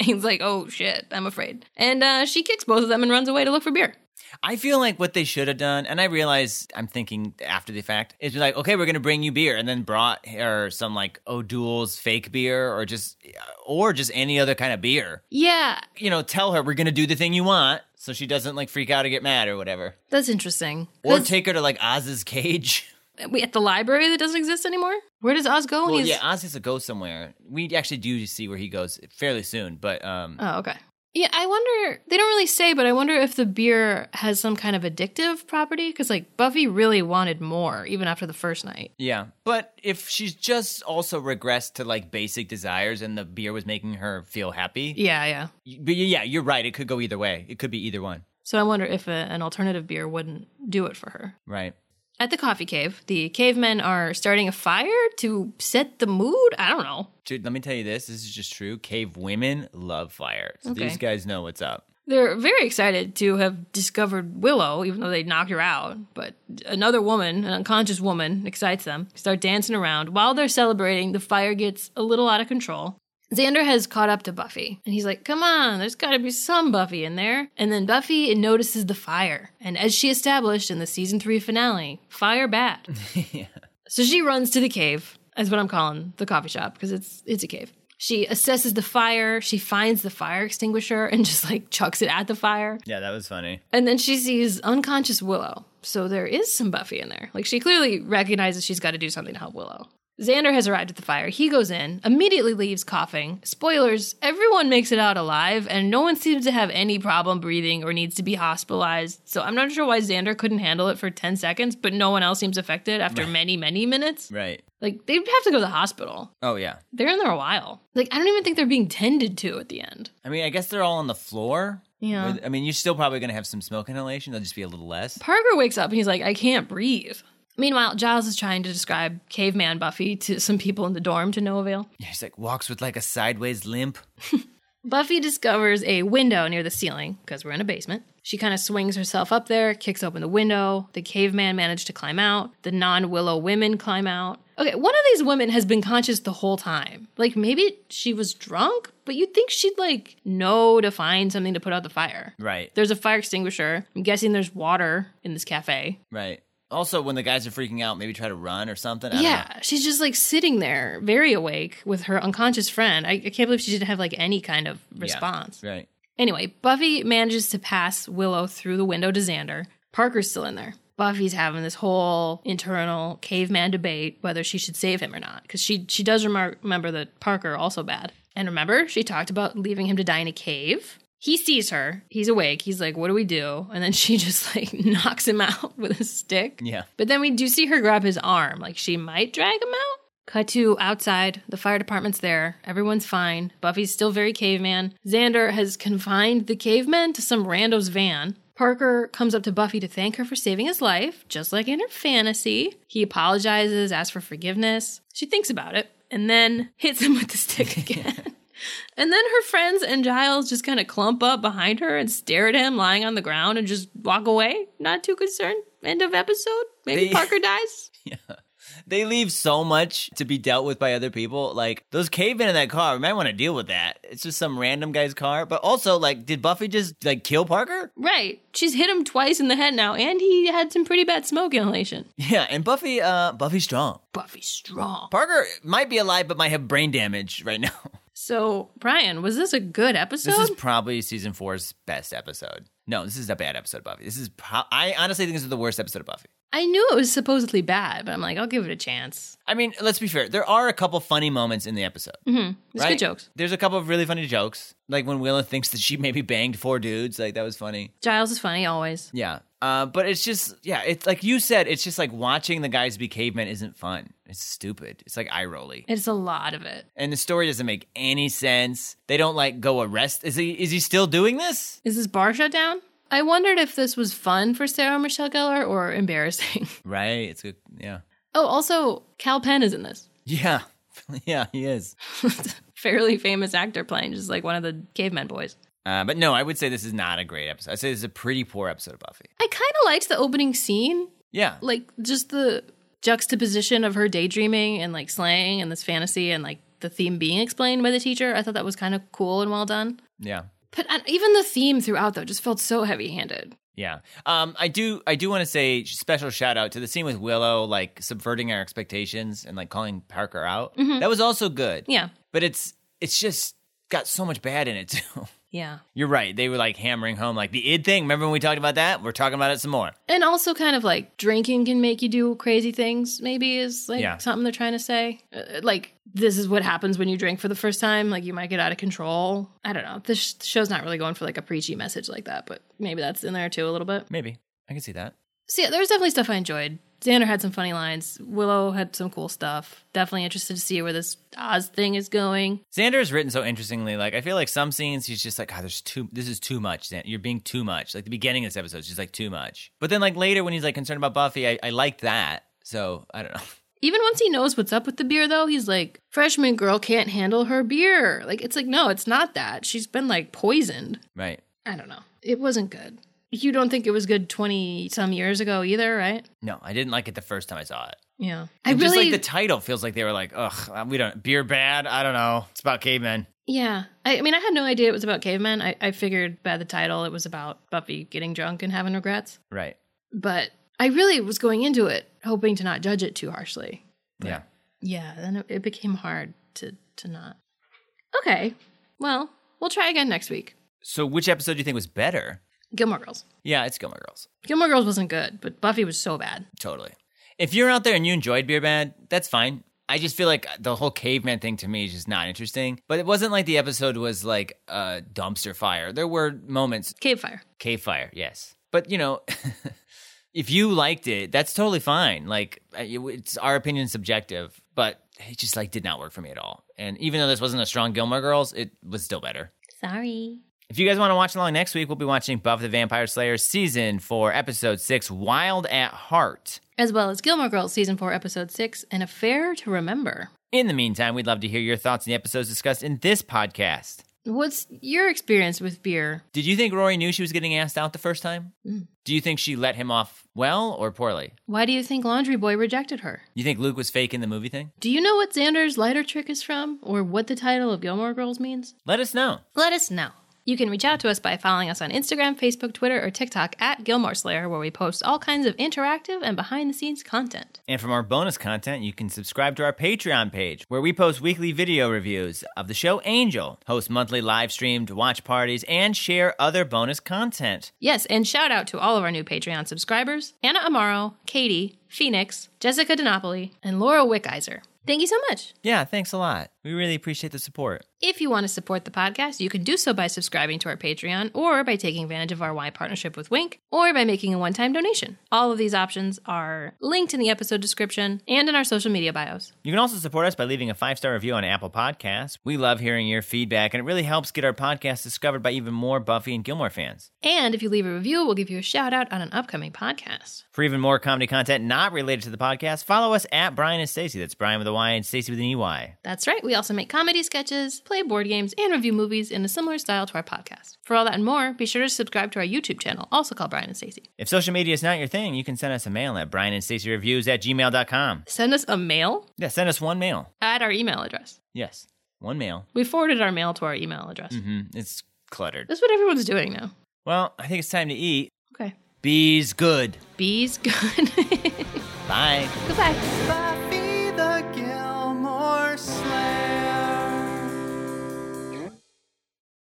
Speaker 1: He's like, oh shit, I'm afraid. And uh, she kicks both of them and runs away to look for beer.
Speaker 2: I feel like what they should have done, and I realize I'm thinking after the fact, is be like, okay, we're gonna bring you beer, and then brought her some like O'Doul's fake beer, or just, uh, or just any other kind of beer.
Speaker 1: Yeah,
Speaker 2: You know, tell her we're gonna do the thing you want, so she doesn't like freak out or get mad or whatever.
Speaker 1: that's interesting.
Speaker 2: Or
Speaker 1: That's-
Speaker 2: take her to like Oz's cage.
Speaker 1: we at the library that doesn't exist anymore? Where does Oz go when
Speaker 2: Well,
Speaker 1: he's
Speaker 2: yeah, Oz has to go somewhere. We actually do see where he goes fairly soon, but um,
Speaker 1: Oh, okay. Yeah, I wonder. They don't really say, but I wonder if the beer has some kind of addictive property. Because, like, Buffy really wanted more, even after the first night.
Speaker 2: yeah. But if she's just also regressed to like basic desires, and the beer was making her feel happy,
Speaker 1: Yeah, yeah.
Speaker 2: But yeah, you're right. It could go either way. It could be either one,
Speaker 1: So I wonder if a, an alternative beer wouldn't do it for her.
Speaker 2: right?
Speaker 1: At the coffee cave, the cavemen are starting a fire to set the mood. I don't know.
Speaker 2: Dude, let me tell you this. This is just true. Cave women love fire. So
Speaker 1: Okay.
Speaker 2: These guys know what's up.
Speaker 1: They're very excited to have discovered Willow, even though they knocked her out. But another woman, an unconscious woman, excites them. Start dancing around. While they're celebrating, the fire gets a little out of control. Xander has caught up to Buffy, and he's like, Come on, there's gotta be some Buffy in there. And then Buffy notices the fire. And as she established in the season three finale, fire bad. So she runs to the cave, is what I'm calling the coffee shop because it's it's a cave. She assesses the fire. She finds the fire extinguisher and just like chucks it at the fire.
Speaker 2: Yeah, that was funny.
Speaker 1: And then she sees unconscious Willow. So there is some Buffy in there. Like she clearly recognizes she's got to do something to help Willow. Xander has arrived at the fire. He goes in, immediately leaves coughing. Spoilers, everyone makes it out alive, and no one seems to have any problem breathing or needs to be hospitalized. So I'm not sure why Xander couldn't handle it for 10 seconds, but no one else seems affected after many, many minutes.
Speaker 2: Right.
Speaker 1: Like they'd have to go to the hospital.
Speaker 2: Oh, yeah.
Speaker 1: They're in there a while. Like I don't even think they're being tended to at the end.
Speaker 2: I mean, I guess they're all on the floor.
Speaker 1: Yeah.
Speaker 2: With- I mean, you're still probably going to have some smoke inhalation. They'll just be a little less.
Speaker 1: Parker wakes up and he's like, I can't breathe. Meanwhile, Giles is trying to describe caveman Buffy to some people in the dorm to no avail.
Speaker 2: Yeah, he's like, walks with like a sideways limp.
Speaker 1: Buffy discovers a window near the ceiling because we're in a basement. She kind of swings herself up there, kicks open the window. The caveman managed to climb out. The non willow women climb out. Okay, one of these women has been conscious the whole time. Like maybe she was drunk, but you'd think she'd like know to find something to put out the fire.
Speaker 2: Right.
Speaker 1: There's a fire extinguisher. I'm guessing there's water in this cafe.
Speaker 2: Right. Also, when the guys are freaking out, maybe try to run or something. I don't know.
Speaker 1: Yeah, she's just like sitting there, very awake with her unconscious friend. I, I can't believe she didn't have like any kind of
Speaker 2: Yeah.
Speaker 1: response.
Speaker 2: Right.
Speaker 1: Anyway, Buffy manages to pass Willow through the window to Xander. Parker's still in there. Buffy's having this whole internal caveman debate whether she should save him or not because she she does remar- remember that Parker also bad. And remember, she talked about leaving him to die in a cave. He sees her. He's awake. He's like, "What do we do?" And then she just like knocks him out with a stick.
Speaker 2: Yeah.
Speaker 1: But then we do see her grab his arm, like she might drag him out. Cut to outside. The fire department's there. Everyone's fine. Buffy's still very caveman. Xander has confined the cavemen to some rando's van. Parker comes up to Buffy to thank her for saving his life, just like in her fantasy. He apologizes, asks for forgiveness. She thinks about it, and then hits him with the stick again. and then her friends and Giles just kind of clump up behind her and stare at him lying on the ground and just walk away, not too concerned. End of episode. Maybe
Speaker 2: They-
Speaker 1: Parker dies.
Speaker 2: They leave so much to be dealt with by other people. Like those cavemen in that car, we might want to deal with that. It's just some random guy's car. But also, like, did Buffy just like kill Parker?
Speaker 1: Right. She's hit him twice in the head now, and he had some pretty bad smoke inhalation.
Speaker 2: Yeah, and Buffy, uh, Buffy's strong.
Speaker 1: Buffy's strong.
Speaker 2: Parker might be alive, but might have brain damage right now.
Speaker 1: So, Brian, was this a good episode?
Speaker 2: This is probably season four's best episode. No, this is a bad episode of Buffy. This is pro- I honestly think this is the worst episode of Buffy.
Speaker 1: I knew it was supposedly bad, but I'm like, I'll give it a chance.
Speaker 2: I mean, let's be fair. There are a couple funny moments in the episode.
Speaker 1: Mm-hmm, It's
Speaker 2: right?
Speaker 1: good jokes.
Speaker 2: There's a couple of really funny jokes, like when Willa thinks that she maybe banged four dudes. Like that was funny.
Speaker 1: Giles is funny always.
Speaker 2: Yeah. Uh, but it's just, yeah, it's like you said, it's just like watching the guys be cavemen isn't fun. It's stupid. It's like eye rolly.
Speaker 1: It's a lot of it.
Speaker 2: And the story doesn't make any sense. They don't like go arrest. Is he, is he still doing this?
Speaker 1: Is this bar shut down? I wondered if this was fun for Sarah Michelle Gellar or embarrassing.
Speaker 2: Right. It's good. Yeah.
Speaker 1: oh, also, Cal Penn is in this.
Speaker 2: Yeah. yeah, he is.
Speaker 1: Fairly famous actor playing just like one of the caveman boys.
Speaker 2: Uh, but no, I would say this is not a great episode. I'd say this is a pretty poor episode of Buffy.
Speaker 1: I kind of liked the opening scene.
Speaker 2: Yeah.
Speaker 1: like just the juxtaposition of her daydreaming and like slang and this fantasy and like the theme being explained by the teacher i thought that was kind of cool and well done
Speaker 2: Yeah.
Speaker 1: but uh, even the theme throughout though just felt so heavy-handed
Speaker 2: Yeah. Um, I do I do want to say special shout out to the scene with Willow like subverting our expectations and like calling Parker out. That was also good.
Speaker 1: yeah
Speaker 2: But it's it's just got so much bad in it too.
Speaker 1: yeah
Speaker 2: You're right. They were like hammering home like the id thing. Remember when we talked about that? We're talking about it some more.
Speaker 1: and also kind of like drinking can make you do crazy things maybe is like
Speaker 2: Yeah.
Speaker 1: something they're trying to say Uh, like this is what happens when you drink for the first time like you might get out of control i don't know this sh- show's not really going for like a preachy message like that but maybe that's in there too a little bit
Speaker 2: Maybe. I can see that.
Speaker 1: So yeah, there was definitely stuff I enjoyed. Xander had some funny lines. Willow had some cool stuff. Definitely interested to see where this Oz thing is going.
Speaker 2: Xander is written so interestingly. Like I feel like some scenes he's just like, God, there's too. This is too much. Xander. You're being too much. Like the beginning of this episode, she's like too much. But then like later when he's like concerned about Buffy, I, I liked that. So I don't know.
Speaker 1: Even once he knows what's up with the beer, though, he's like, freshman girl can't handle her beer. Like, it's like, no, it's not that. She's been like poisoned.
Speaker 2: Right.
Speaker 1: I don't know. It wasn't good. You don't think it was good 20 some years ago either, right?
Speaker 2: No, I didn't like it the first time I saw it.
Speaker 1: Yeah. I
Speaker 2: And
Speaker 1: really.
Speaker 2: just like the title feels like they were like, ugh, uh, we don't beer bad. I don't know. It's about cavemen.
Speaker 1: yeah. I, I mean, I had no idea it was about cavemen. I, I figured by the title it was about Buffy getting drunk and having regrets.
Speaker 2: Right.
Speaker 1: but I really was going into it hoping to not judge it too harshly.
Speaker 2: Yeah.
Speaker 1: Yeah, then it, it became hard to to not. Okay, well, we'll try again next week.
Speaker 2: So which episode do you think was better?
Speaker 1: Gilmore Girls.
Speaker 2: Yeah, it's Gilmore Girls.
Speaker 1: Gilmore Girls wasn't good, but Buffy was so bad.
Speaker 2: Totally. If you're out there and you enjoyed Beer Bad, that's fine. I just feel like the whole caveman thing to me is just not interesting. But it wasn't like the episode was like a dumpster fire. There were moments.
Speaker 1: Cave Fire.
Speaker 2: Cave fire, yes. But, you know, if you liked it, that's totally fine. Like, I- it's our opinion subjective, but it just like did not work for me at all. And even though this wasn't a strong Gilmore Girls, it was still better.
Speaker 1: Sorry.
Speaker 2: If you guys want to watch along next week, we'll be watching Buffy the Vampire Slayer season four, episode six, Wild at Heart.
Speaker 1: As well as Gilmore Girls season four, episode six, an affair to remember.
Speaker 2: In the meantime, we'd love to hear your thoughts on the episodes discussed in this podcast.
Speaker 1: What's your experience with beer?
Speaker 2: Did you think Rory knew she was getting asked out the first time? Do you think she let him off well or poorly?
Speaker 1: Why do you think Laundry Boy rejected her?
Speaker 2: You think Luke was faking the movie thing?
Speaker 1: Do you know what Xander's lighter trick is from, or what the title of Gilmore Girls means?
Speaker 2: Let us know.
Speaker 1: Let us know. You can reach out to us by following us on Instagram, Facebook, Twitter, or TikTok at Gilmore Slayer, where we post all kinds of interactive and behind the scenes content.
Speaker 2: And from our bonus content, you can subscribe to our Patreon page, where we post weekly video reviews of the show Angel, host monthly live streamed watch parties, and share other bonus content.
Speaker 1: Yes, and shout out to all of our new Patreon subscribers Anna Amaro, Katie, Phoenix, Jessica Donopoli, and Laura Wickizer. Thank you so much.
Speaker 2: Yeah, thanks a lot. We really appreciate the support.
Speaker 1: If you want to support the podcast, you can do so by subscribing to our Patreon or by taking advantage of our Y partnership with Wink or by making a one time donation. All of these options are linked in the episode description and in our social media bios.
Speaker 2: You can also support us by leaving a five star review on Apple Podcasts. We love hearing your feedback, and it really helps get our podcast discovered by even more Buffy and Gilmore fans.
Speaker 1: And if you leave a review, we'll give you a shout out on an upcoming podcast.
Speaker 2: For even more comedy content not related to the podcast, follow us at Brian and Stacey. That's Brian with a Y and Stacey with an EY.
Speaker 1: That's right, we also make comedy sketches, play board games, and review movies in a similar style to our podcast. For all that and more, be sure to subscribe to our YouTube channel, also called Brian and Stacey.
Speaker 2: If social media is not your thing, you can send us a mail at Brian and Stacey Reviews at gmail.com.
Speaker 1: Send us a mail
Speaker 2: Yeah, send us one mail.
Speaker 1: at our email address.
Speaker 2: Yes, one mail.
Speaker 1: We forwarded our mail to our email address.
Speaker 2: hmm It's cluttered.
Speaker 1: That's what everyone's doing now.
Speaker 2: Well, I think it's time to eat.
Speaker 1: Okay.
Speaker 2: Bees good.
Speaker 1: Bees good.
Speaker 2: Bye.
Speaker 1: Goodbye. Bye.